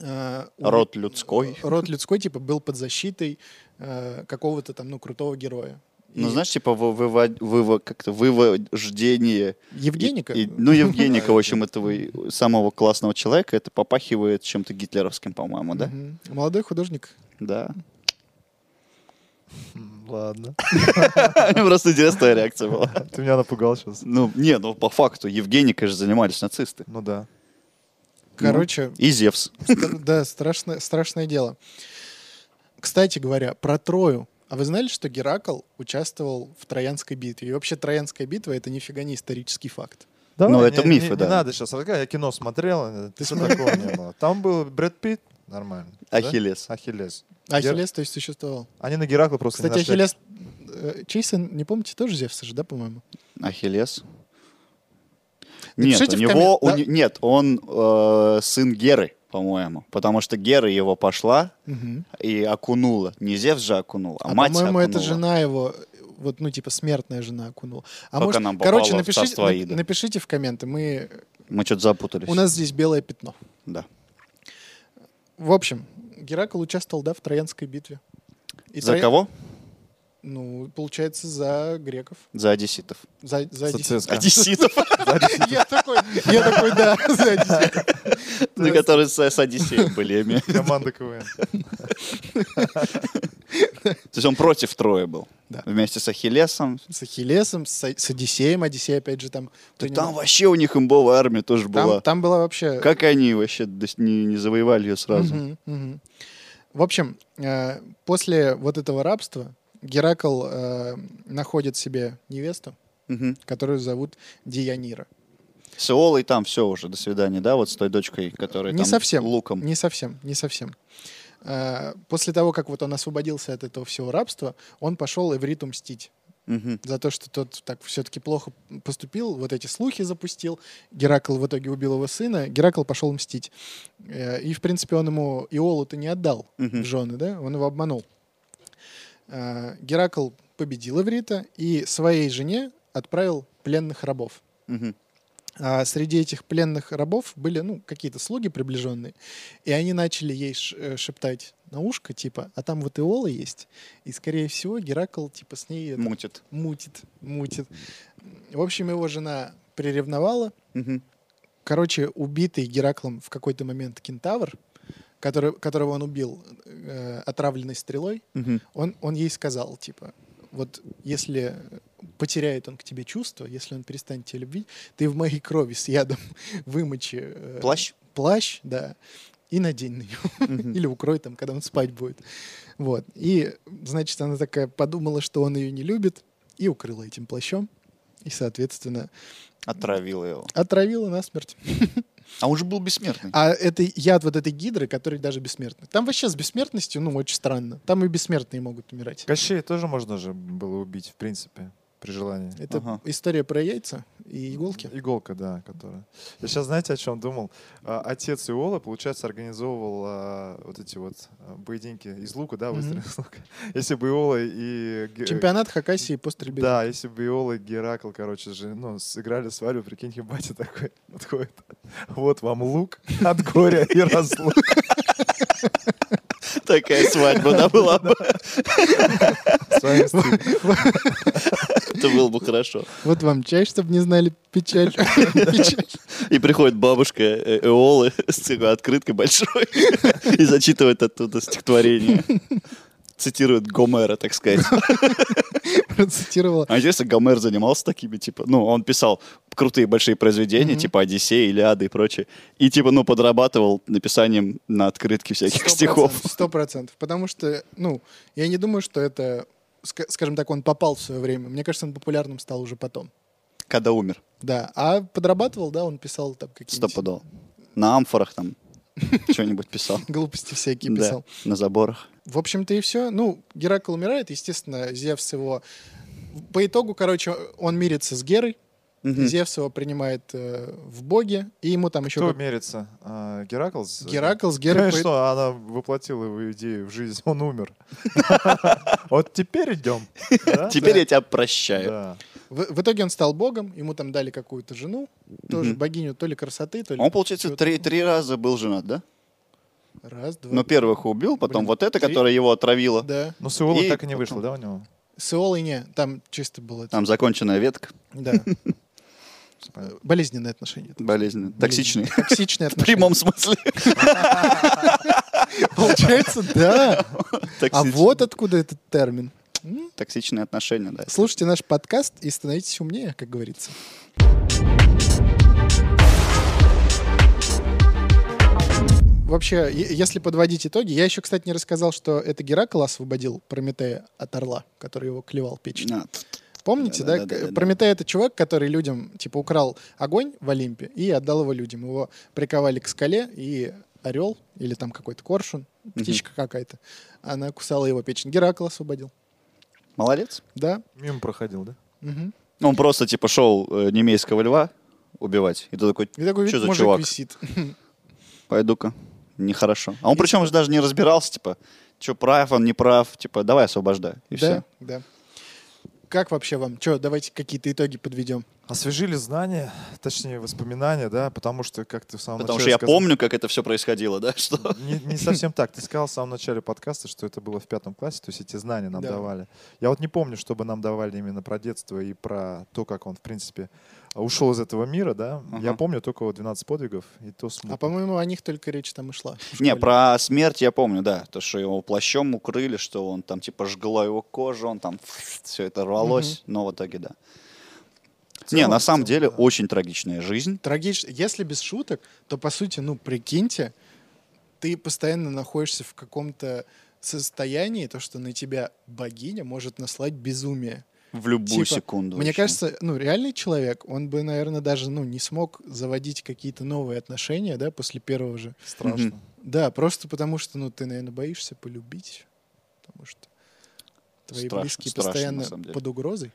[SPEAKER 2] э, у-
[SPEAKER 1] Род людской.
[SPEAKER 2] Род людской, типа, был под защитой э, какого-то там, ну, крутого героя.
[SPEAKER 1] Ну,
[SPEAKER 2] И
[SPEAKER 1] знаешь, типа вы- выва- выва- как-то вывождение...
[SPEAKER 2] Евгеника?
[SPEAKER 1] И- и- ну, Евгеника, в общем, этого и- самого классного человека, это попахивает чем-то гитлеровским, по-моему, да?
[SPEAKER 2] Мгм. Молодой художник.
[SPEAKER 1] Да. [LAUGHS]
[SPEAKER 4] м, Ладно.
[SPEAKER 1] Мне Просто интересная реакция была.
[SPEAKER 4] Ты меня напугал сейчас.
[SPEAKER 1] Ну, не, ну, по факту, Евгеникой же занимались нацисты.
[SPEAKER 4] Ну да.
[SPEAKER 1] Ну.
[SPEAKER 2] Короче,
[SPEAKER 1] И Зевс.
[SPEAKER 2] стра- да, страшное, страшное дело. Кстати говоря, про Трою. А вы знали, что Геракл участвовал в Троянской битве? И вообще Троянская битва — это нифига не исторический факт.
[SPEAKER 1] Ну,
[SPEAKER 4] Давай,
[SPEAKER 1] это
[SPEAKER 4] не- не-
[SPEAKER 1] мифы, да.
[SPEAKER 4] Не надо сейчас рассказывать, я кино смотрел, э, ты такого не было. Там был Брэд Питт, нормально. да?
[SPEAKER 1] Ахиллес.
[SPEAKER 4] Ахиллес.
[SPEAKER 2] А Ахиллес, то есть, существовал.
[SPEAKER 4] Они на Геракла просто не
[SPEAKER 2] Кстати,
[SPEAKER 4] нашли.
[SPEAKER 2] Ахиллес... э, Чей сын, не помните, тоже Зевса же, да, по-моему?
[SPEAKER 1] Ахиллес. Нет,
[SPEAKER 2] Напишите
[SPEAKER 1] у
[SPEAKER 2] в
[SPEAKER 1] него...
[SPEAKER 2] коммен-
[SPEAKER 1] у не- Нет, он э, сын Геры, по-моему. Потому что Гера его пошла
[SPEAKER 2] Мгм.
[SPEAKER 1] и окунула. Не Зевс же окунула, а,
[SPEAKER 2] А,
[SPEAKER 1] мать
[SPEAKER 2] по-моему, это
[SPEAKER 1] окунула.
[SPEAKER 2] жена его, вот, ну, типа, смертная жена окунула. А
[SPEAKER 1] Как
[SPEAKER 2] может,
[SPEAKER 1] она попала
[SPEAKER 2] короче,
[SPEAKER 1] в
[SPEAKER 2] напишите,
[SPEAKER 1] царство
[SPEAKER 2] нап-
[SPEAKER 1] Аида?
[SPEAKER 2] напишите в комменты. Мы,
[SPEAKER 1] Мы что-то запутались.
[SPEAKER 2] у нас здесь белое пятно.
[SPEAKER 1] Да.
[SPEAKER 2] В общем, Геракл участвовал, да, в Троянской битве. И
[SPEAKER 1] За
[SPEAKER 2] Троя-
[SPEAKER 1] кого?
[SPEAKER 2] Ну, получается, за греков.
[SPEAKER 1] За одесситов.
[SPEAKER 2] За, за
[SPEAKER 4] За
[SPEAKER 2] одесситов.
[SPEAKER 4] ЦСКА.
[SPEAKER 1] Одесситов,
[SPEAKER 2] [LAUGHS] Я такой, я такой, да, за одесситов.
[SPEAKER 1] на которые с с Одиссеем были. име.
[SPEAKER 4] Команда КВН.
[SPEAKER 1] То есть он против Троя был.
[SPEAKER 2] Да.
[SPEAKER 1] Вместе с Ахиллесом.
[SPEAKER 2] С Ахиллесом, с, с Одиссеем. Одиссей, опять же, там...
[SPEAKER 1] Так
[SPEAKER 2] принимал-
[SPEAKER 1] там вообще у них имбовая армия тоже
[SPEAKER 2] там,
[SPEAKER 1] была.
[SPEAKER 2] там была вообще...
[SPEAKER 1] Как они вообще до с- не, не завоевали ее сразу?
[SPEAKER 2] Мгм, мгм. В общем, э, после вот этого рабства Геракл э, находит себе невесту,
[SPEAKER 1] Мгм.
[SPEAKER 2] которую зовут Дианира.
[SPEAKER 1] С Иолой там все уже, до свидания, да, вот с той дочкой, которая
[SPEAKER 2] Не
[SPEAKER 1] там
[SPEAKER 2] совсем.
[SPEAKER 1] луком.
[SPEAKER 2] Не совсем, не совсем. Э, После того, как вот он освободился от этого всего рабства, он пошел Эвриту мстить
[SPEAKER 1] Мгм.
[SPEAKER 2] за то, что тот так все-таки плохо поступил, вот эти слухи запустил. Геракл в итоге убил его сына, Геракл пошел мстить. Э, И, в принципе, он ему Иолу-то не отдал
[SPEAKER 1] Мгм.
[SPEAKER 2] в жены, да? Он его обманул. Э, Геракл победил Эврита и своей жене отправил пленных рабов.
[SPEAKER 1] Мгм.
[SPEAKER 2] А среди этих пленных рабов были, ну, какие-то слуги приближенные, и они начали ей ш- э, шептать на ушко, типа, а там вот Иола есть, и, скорее всего, Геракл, типа, с ней это,
[SPEAKER 1] Мутит.
[SPEAKER 2] мутит, мутит. В общем, его жена приревновала.
[SPEAKER 1] Мгм.
[SPEAKER 2] Короче, убитый Гераклом в какой-то момент кентавр, который, которого он убил э, отравленной стрелой,
[SPEAKER 1] Мгм.
[SPEAKER 2] он, он ей сказал, типа, вот если потеряет он к тебе чувство, если он перестанет тебя любить, ты в моей крови с ядом [LAUGHS] вымочи э,
[SPEAKER 1] Плащ.
[SPEAKER 2] плащ, да, и надень на него.
[SPEAKER 1] Мгм.
[SPEAKER 2] [LAUGHS] Или укрой там, когда он спать будет. Вот. И, значит, она такая подумала, что он ее не любит, и укрыла этим плащом. И, соответственно,
[SPEAKER 1] Отравила его.
[SPEAKER 2] отравила насмерть.
[SPEAKER 1] А он же был бессмертный.
[SPEAKER 2] А это яд вот этой гидры, который даже бессмертный. Там вообще с бессмертностью, ну, очень странно. Там и бессмертные могут умирать.
[SPEAKER 4] Кощей тоже можно же было убить, в принципе, при желании.
[SPEAKER 2] Это
[SPEAKER 1] Ага.
[SPEAKER 2] история про яйца и иголки.
[SPEAKER 4] Иголка, да, которая. Я сейчас, знаете, о чем думал? А, Отец Иола, получается, организовывал а, вот эти вот а, поединки из лука, да,
[SPEAKER 2] Мгм.
[SPEAKER 4] выстрел из лука. Если бы Иола и... Ге-
[SPEAKER 2] Чемпионат Хакасии по стрельбе.
[SPEAKER 4] Э, Да, если бы Иола и Геракл, короче, же, ну, сыграли свадьбу, прикиньте, батя такой [LAUGHS] подходит. Вот вам лук [LAUGHS] от горя и разлук.
[SPEAKER 1] Такая свадьба, да, была бы.
[SPEAKER 4] С вами стыд.
[SPEAKER 1] Это было бы хорошо.
[SPEAKER 2] Вот вам чай, чтобы не знали печаль. Печаль.
[SPEAKER 1] И приходит бабушка э, Эолы [LAUGHS] с такой открыткой большой [LAUGHS] и зачитывает оттуда стихотворение. Цитирует Гомера, так сказать.
[SPEAKER 2] Процитировала.
[SPEAKER 1] А интересно, Гомер занимался такими, типа, ну, он писал крутые большие произведения,
[SPEAKER 2] Мгм.
[SPEAKER 1] типа «Одиссей», «Илиады» и прочее, и, типа, ну, подрабатывал написанием на открытке всяких стихов.
[SPEAKER 2] Сто процентов. Потому что, ну, я не думаю, что это, ска- скажем так, он попал в свое время. Мне кажется, он популярным стал уже потом.
[SPEAKER 1] Когда умер,
[SPEAKER 2] Да. А подрабатывал, да, он писал там какие-то
[SPEAKER 1] стопудово. На амфорах там что-нибудь
[SPEAKER 2] [LAUGHS]
[SPEAKER 1] писал.
[SPEAKER 2] глупости всякие
[SPEAKER 1] а Да,
[SPEAKER 2] писал.
[SPEAKER 1] на заборах.
[SPEAKER 2] В общем-то и все. Ну, Геракл умирает, естественно, Зевс его... По итогу, короче, он мирится с Герой,
[SPEAKER 1] Мгм.
[SPEAKER 2] Зевс его принимает э, в боге, и ему там еще...
[SPEAKER 4] Кто мерится? А, Геракл? с-
[SPEAKER 2] Геракл с Герой...
[SPEAKER 4] Конечно, она воплотила его идею в жизнь, он
[SPEAKER 1] [LAUGHS]
[SPEAKER 4] умер. Вот теперь идем. Да?
[SPEAKER 1] Теперь я тебя прощаю.
[SPEAKER 4] Да.
[SPEAKER 2] В, в итоге он стал богом, ему там дали какую-то жену, тоже
[SPEAKER 1] Мгм.
[SPEAKER 2] богиню то ли красоты, то ли...
[SPEAKER 1] Он, получается,
[SPEAKER 2] чего-то.
[SPEAKER 1] три, три раза был женат, да?
[SPEAKER 2] Раз, два...
[SPEAKER 1] Ну, первых убил, потом
[SPEAKER 2] Блин,
[SPEAKER 1] вот это,
[SPEAKER 2] три.
[SPEAKER 1] которая его отравила.
[SPEAKER 2] Да.
[SPEAKER 4] Ну, с Иолой
[SPEAKER 1] И
[SPEAKER 4] так и не
[SPEAKER 1] потом-
[SPEAKER 4] вышло, да, у него?
[SPEAKER 2] С Иолой не, там чисто было... это-
[SPEAKER 1] Там законченная ветка, [LAUGHS]
[SPEAKER 2] Да.
[SPEAKER 4] Всё понятно.
[SPEAKER 2] Болезненные отношения.
[SPEAKER 1] болезненная, токсичная.
[SPEAKER 2] Токсичные
[SPEAKER 1] [LAUGHS] В
[SPEAKER 2] отношения.
[SPEAKER 1] прямом смысле.
[SPEAKER 2] Получается,
[SPEAKER 1] [LAUGHS]
[SPEAKER 2] да. А
[SPEAKER 1] Токсичные.
[SPEAKER 2] вот откуда этот термин. М?
[SPEAKER 1] Токсичные отношения, да.
[SPEAKER 2] Слушайте наш подкаст и становитесь умнее, как говорится. Вообще, е- если подводить итоги, я еще, кстати, не рассказал, что это Геракл освободил Прометея от орла, который его клевал печень.
[SPEAKER 1] А, т-
[SPEAKER 2] Помните, да?
[SPEAKER 1] Да-да-да-да-да.
[SPEAKER 2] К- Прометей — это чувак, который людям, типа, украл огонь в Олимпе и отдал его людям. Его приковали к скале, и орел или там какой-то коршун, птичка какая-то, она кусала его печень. Геракл освободил.
[SPEAKER 1] Молодец.
[SPEAKER 2] Да?
[SPEAKER 4] Мимо проходил, да?
[SPEAKER 2] Мгм.
[SPEAKER 1] Он просто типа шел э, немейского льва, убивать. И ты такой,
[SPEAKER 2] И такой
[SPEAKER 1] что за
[SPEAKER 2] мужик
[SPEAKER 1] чувак?
[SPEAKER 2] висит.
[SPEAKER 1] Пойду-ка. Нехорошо. А он причем же даже не разбирался, типа, что прав он, не прав, типа, давай освобождай. И
[SPEAKER 2] да, А
[SPEAKER 1] все.
[SPEAKER 2] да. Как вообще вам? Че, давайте какие-то итоги подведем.
[SPEAKER 4] Освежили знания, точнее воспоминания, да, потому что, как ты в самом
[SPEAKER 1] Потому что
[SPEAKER 4] начале
[SPEAKER 1] я
[SPEAKER 4] сказал-
[SPEAKER 1] помню, как это все происходило, да, [LAUGHS] что...
[SPEAKER 4] [LAUGHS] Не, не совсем так. Ты сказал в самом начале подкаста, что это было в пятом классе, то есть эти знания нам
[SPEAKER 2] Да.
[SPEAKER 4] давали. Я вот не помню, чтобы нам давали именно про детство и про то, как он, в принципе, ушел из этого мира, да. Я
[SPEAKER 1] Ага.
[SPEAKER 4] помню только вот 12 подвигов и то смутно.
[SPEAKER 2] А по-моему, о них только речь там и шла. в
[SPEAKER 1] Не,
[SPEAKER 2] школе.
[SPEAKER 1] про смерть я помню, да. То, что его плащом укрыли, что он там типа жгла его кожу, он там [LAUGHS] все это рвалось, но в итоге да.
[SPEAKER 4] В
[SPEAKER 1] Не,
[SPEAKER 4] целом-
[SPEAKER 1] на
[SPEAKER 4] в
[SPEAKER 1] самом
[SPEAKER 4] целом,
[SPEAKER 1] деле
[SPEAKER 4] да.
[SPEAKER 1] очень трагичная жизнь.
[SPEAKER 2] Трагич... Если без шуток, то по сути, ну, прикиньте, ты постоянно находишься в каком-то состоянии, то, что на тебя богиня может наслать безумие.
[SPEAKER 1] В любую
[SPEAKER 2] Типа,
[SPEAKER 1] секунду.
[SPEAKER 2] Мне
[SPEAKER 1] вообще.
[SPEAKER 2] кажется, ну, реальный человек, он бы, наверное, даже, ну, не смог заводить какие-то новые отношения, да, после первого же.
[SPEAKER 4] Страшно.
[SPEAKER 1] Мгм.
[SPEAKER 2] Да, просто потому что, ну, ты, наверное, боишься полюбить, потому что твои
[SPEAKER 1] Страшно,
[SPEAKER 2] близкие
[SPEAKER 1] страшно, на
[SPEAKER 2] постоянно
[SPEAKER 1] самом деле.
[SPEAKER 2] под угрозой.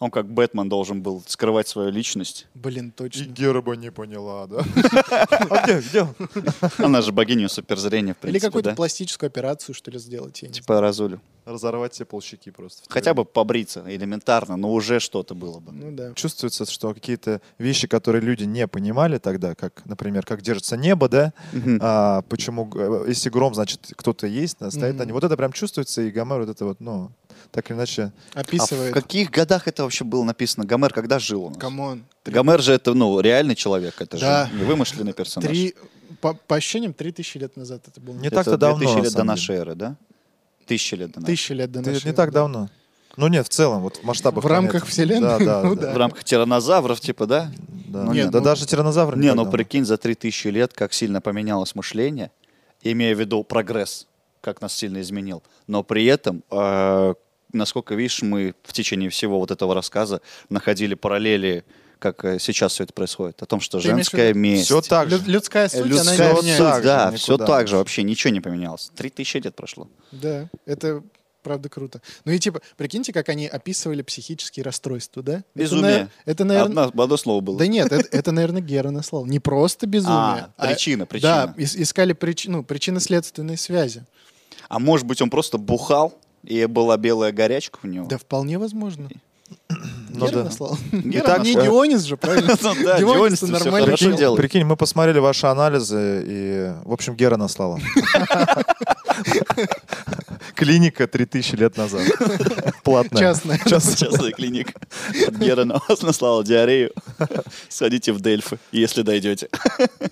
[SPEAKER 1] Он как Бэтмен должен был скрывать свою личность.
[SPEAKER 2] Блин,
[SPEAKER 4] И
[SPEAKER 2] точно.
[SPEAKER 4] Гера бы не поняла, да. А где, где он?
[SPEAKER 1] Она же богиня суперзрения, в
[SPEAKER 2] Или
[SPEAKER 1] принципе,
[SPEAKER 2] какую-то
[SPEAKER 1] да?
[SPEAKER 2] пластическую операцию, что ли, сделать, я не
[SPEAKER 1] Типа разулю.
[SPEAKER 4] Разорвать себе полщики просто.
[SPEAKER 1] Хотя бы побриться, элементарно, но уже что-то было бы.
[SPEAKER 2] знаю. Ну да.
[SPEAKER 4] Чувствуется, что какие-то вещи, которые люди не понимали тогда, как, например, как держится небо, да,
[SPEAKER 1] Мгм.
[SPEAKER 4] А, почему, г- э, если гром, значит, кто-то есть, на- стоит
[SPEAKER 2] Мгм.
[SPEAKER 4] на ней. Вот это прям чувствуется, и Гомер вот это вот, ну, так или иначе,
[SPEAKER 1] А в
[SPEAKER 2] Описывает.
[SPEAKER 1] каких годах это вообще было написано? Гомер когда жил у нас?
[SPEAKER 2] Камон.
[SPEAKER 1] Гомер же это, ну, реальный человек, это
[SPEAKER 2] Да.
[SPEAKER 1] же не вымышленный персонаж.
[SPEAKER 2] Три, по, по ощущениям, три тысячи лет назад это было.
[SPEAKER 4] Не
[SPEAKER 1] Это
[SPEAKER 4] так-то давно,
[SPEAKER 1] 2000
[SPEAKER 4] на
[SPEAKER 1] лет до
[SPEAKER 4] самом
[SPEAKER 1] нашей эры, да? Тысяча лет до нашей.
[SPEAKER 2] Тысячи лет до
[SPEAKER 4] ты-
[SPEAKER 2] нашей
[SPEAKER 4] не так
[SPEAKER 2] эры.
[SPEAKER 4] давно. Ну нет, в целом, вот в масштабах.
[SPEAKER 2] В рамках
[SPEAKER 4] планеты.
[SPEAKER 2] Вселенной?
[SPEAKER 4] Да, да,
[SPEAKER 2] Ну
[SPEAKER 4] да.
[SPEAKER 1] В рамках тиранозавров, типа, да?
[SPEAKER 4] да.
[SPEAKER 1] Ну,
[SPEAKER 4] Нет,
[SPEAKER 2] нет,
[SPEAKER 4] да
[SPEAKER 2] ну-
[SPEAKER 4] даже тиранозавры
[SPEAKER 1] Не,
[SPEAKER 4] так
[SPEAKER 1] ну
[SPEAKER 4] давно.
[SPEAKER 1] прикинь, за три тысячи лет как сильно поменялось мышление, имея в виду прогресс, как нас сильно изменил. Но при этом, э, насколько видишь, мы в течение всего вот этого рассказа находили параллели, как э, сейчас все это происходит, о том, что
[SPEAKER 2] Ты имеешь в
[SPEAKER 1] женская
[SPEAKER 2] виду-
[SPEAKER 1] месть.
[SPEAKER 4] Все так же.
[SPEAKER 2] Лю- людская суть, она
[SPEAKER 1] Э, Людская
[SPEAKER 2] не
[SPEAKER 4] всё
[SPEAKER 1] суть,
[SPEAKER 2] меняется.
[SPEAKER 4] так же,
[SPEAKER 1] да,
[SPEAKER 4] никуда.
[SPEAKER 1] все так же, вообще ничего не поменялось. Три тысячи лет прошло.
[SPEAKER 2] Да, это правда круто. Ну и типа, прикиньте, как они описывали психические расстройства, да?
[SPEAKER 1] Безумие.
[SPEAKER 2] Это, наверно- это наверное...
[SPEAKER 1] Одно, одно слово было.
[SPEAKER 2] Да нет, это, это, наверное, Гера наслал. Не просто безумие.
[SPEAKER 1] а,
[SPEAKER 2] а-
[SPEAKER 1] причина, причина.
[SPEAKER 2] Да, ис- искали прич... ну, причинно-следственные связи.
[SPEAKER 1] А может быть, он просто бухал, и была белая горячка у него?
[SPEAKER 2] Да вполне возможно.
[SPEAKER 4] Ну
[SPEAKER 2] Гера
[SPEAKER 4] да.
[SPEAKER 2] наслал.
[SPEAKER 1] Гера
[SPEAKER 2] Там не
[SPEAKER 1] нашла.
[SPEAKER 2] Дионис же, правильно?
[SPEAKER 1] э, [LAUGHS] Ну да, Дионис-то
[SPEAKER 2] Дионис-то
[SPEAKER 1] всё
[SPEAKER 2] нормально
[SPEAKER 1] хорошо
[SPEAKER 4] Прикинь,
[SPEAKER 1] делает.
[SPEAKER 4] прикинь, мы посмотрели ваши анализы, и, в общем, Гера наслала. Клиника 3000 лет назад. Платная.
[SPEAKER 2] Частная.
[SPEAKER 1] Частная клиника. От Гера на вас наслала диарею. Сходите в Дельфы, если дойдете.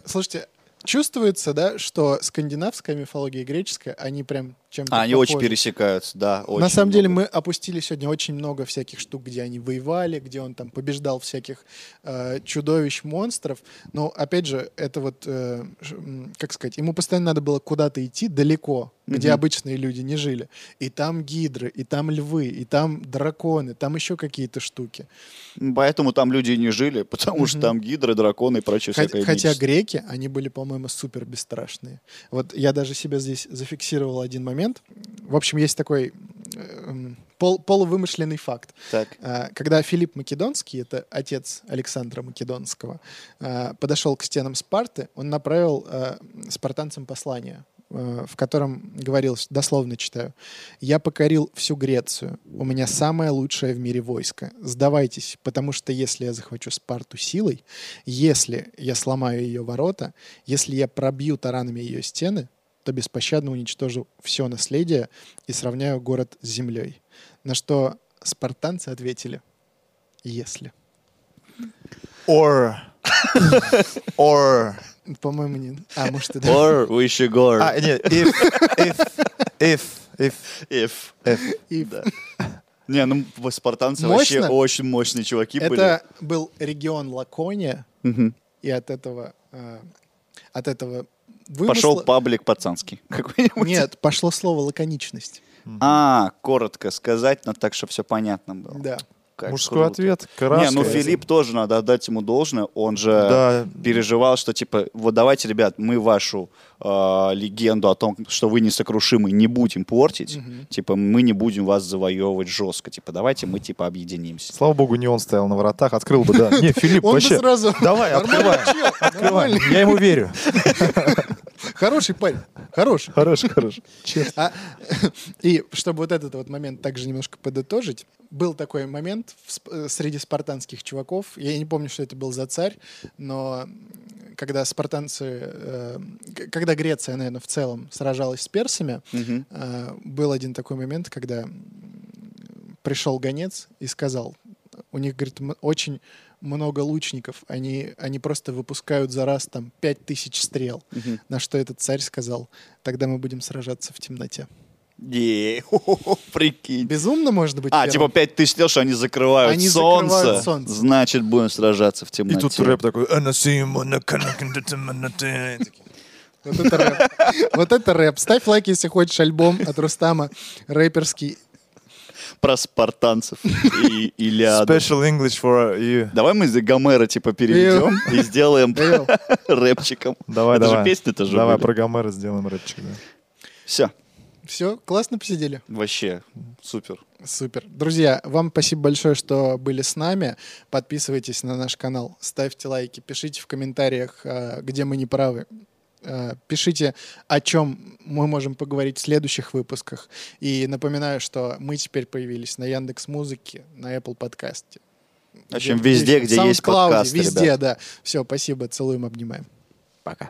[SPEAKER 2] Слушайте, чувствуется, да, что скандинавская мифология и греческая, они прям чем-то
[SPEAKER 1] А, они очень
[SPEAKER 2] похожи.
[SPEAKER 1] пересекаются, да.
[SPEAKER 2] На
[SPEAKER 1] очень
[SPEAKER 2] самом деле
[SPEAKER 1] много.
[SPEAKER 2] мы опустили сегодня очень много всяких штук, где они воевали, где он там побеждал всяких э, чудовищ, монстров. Но опять же, это вот, э, ш- м, как сказать, ему постоянно надо было куда-то идти далеко, где
[SPEAKER 1] Мгм.
[SPEAKER 2] обычные люди не жили. И там гидры, и там львы, и там драконы, там еще какие-то штуки.
[SPEAKER 1] Поэтому там люди и не жили, потому что
[SPEAKER 2] Мгм.
[SPEAKER 1] там гидры, драконы и прочее
[SPEAKER 2] Хот-
[SPEAKER 1] всякое
[SPEAKER 2] хотя
[SPEAKER 1] нечисть.
[SPEAKER 2] греки, они были, по-моему, супер бесстрашные. Вот я даже себя здесь зафиксировал один момент. В общем, есть такой э, м, пол- полувымышленный факт.
[SPEAKER 1] Так.
[SPEAKER 2] А, Когда Филипп Македонский, это отец Александра Македонского, а, подошел к стенам Спарты, он направил а, спартанцам послание, а, в котором говорилось, дословно читаю, «Я покорил всю Грецию, у меня самое лучшее в мире войско. Сдавайтесь, потому что если я захвачу Спарту силой, если я сломаю ее ворота, если я пробью таранами ее стены, то беспощадно уничтожу все наследие и сравняю город с землей. На что спартанцы ответили, если.
[SPEAKER 4] Or. Or.
[SPEAKER 2] По-моему, не...
[SPEAKER 4] [LAUGHS]
[SPEAKER 2] А, может, и да.
[SPEAKER 1] Or we should go.
[SPEAKER 4] А, нет, if, if, if, if,
[SPEAKER 1] If. [LAUGHS]
[SPEAKER 4] if.
[SPEAKER 2] И
[SPEAKER 1] Да. Не, ну спартанцы
[SPEAKER 2] Мощно.
[SPEAKER 1] вообще очень мощные чуваки были.
[SPEAKER 2] Это был регион Лакония,
[SPEAKER 1] Мгм.
[SPEAKER 2] и от этого... э, от этого вымысла...
[SPEAKER 1] Пошел паблик пацанский [LAUGHS] какой-нибудь.
[SPEAKER 2] Нет, пошло слово лаконичность.
[SPEAKER 1] А, коротко сказать, но так, чтобы все понятно было.
[SPEAKER 2] Да.
[SPEAKER 1] как
[SPEAKER 4] Мужской
[SPEAKER 1] круто.
[SPEAKER 4] ответ.
[SPEAKER 1] Не,
[SPEAKER 4] Караска.
[SPEAKER 1] ну Филипп э, тоже надо отдать ему должное. Он же
[SPEAKER 4] Да.
[SPEAKER 1] переживал, что типа, вот давайте, ребят, мы вашу э, легенду о том, что вы несокрушимы, не будем портить. Типа, мы не будем вас завоевывать жестко. Типа, давайте мы типа объединимся.
[SPEAKER 4] Слава богу, не он стоял на воротах. Открыл бы, да. Не, Филипп,
[SPEAKER 2] Он бы
[SPEAKER 4] вообще.
[SPEAKER 2] сразу... [LAUGHS]
[SPEAKER 4] Давай, открывай. Открывай.
[SPEAKER 2] Нормально.
[SPEAKER 4] Я ему верю.
[SPEAKER 2] Хороший парень, хороший.
[SPEAKER 4] Хорош, хорош.
[SPEAKER 2] А, [LAUGHS] и чтобы вот этот вот момент также немножко подытожить, был такой момент в сп- э, среди спартанских чуваков, я не помню, что это был за царь, но м, когда спартанцы, э, к- когда Греция, наверное, в целом сражалась с персами,
[SPEAKER 1] Мгм.
[SPEAKER 2] э, был один такой момент, когда м, пришел гонец и сказал, у них, говорит, м- очень много лучников, они, они просто выпускают за раз там пять тысяч стрел.
[SPEAKER 1] Мгм.
[SPEAKER 2] На что этот царь сказал, тогда мы будем сражаться в темноте.
[SPEAKER 1] Е, хо-хо-хо, [LAUGHS] Прикинь.
[SPEAKER 2] Безумно, может быть,
[SPEAKER 1] А, типа
[SPEAKER 2] первым?
[SPEAKER 1] 5 тысяч лет, что они закрывают
[SPEAKER 2] Они
[SPEAKER 1] солнце.
[SPEAKER 2] закрывают солнце.
[SPEAKER 1] Значит, будем сражаться в
[SPEAKER 4] И
[SPEAKER 1] темноте.
[SPEAKER 4] тут рэп такой. «Она сима на канакандата манате».
[SPEAKER 2] Вот это рэп. Вот это рэп. Ставь лайк, если хочешь альбом от Рустама, рэперский.
[SPEAKER 1] Про спартанцев и Илиаду.
[SPEAKER 4] Special English for you.
[SPEAKER 1] Давай мы за Гомера типа переведем и сделаем
[SPEAKER 2] Эл.
[SPEAKER 1] [LAUGHS] рэпчиком.
[SPEAKER 4] Давай,
[SPEAKER 1] Это же
[SPEAKER 4] давай.
[SPEAKER 1] песни-то же
[SPEAKER 4] Давай
[SPEAKER 1] были.
[SPEAKER 4] про Гомера сделаем рэпчик. да.
[SPEAKER 1] Все,
[SPEAKER 2] Все, классно посидели.
[SPEAKER 1] вообще супер.
[SPEAKER 2] Супер. Друзья, вам спасибо большое, что были с нами. Подписывайтесь на наш канал, ставьте лайки, пишите в комментариях, э, где мы не правы. Э, Пишите, о чем мы можем поговорить в следующих выпусках. И напоминаю, что мы теперь появились на Яндекс Музыке, на Apple подкасте.
[SPEAKER 1] В общем, везде, где есть
[SPEAKER 2] SoundCloud,
[SPEAKER 1] подкасты,
[SPEAKER 2] Везде,
[SPEAKER 1] ребят.
[SPEAKER 2] да. Все, спасибо, целуем, обнимаем.
[SPEAKER 1] Пока.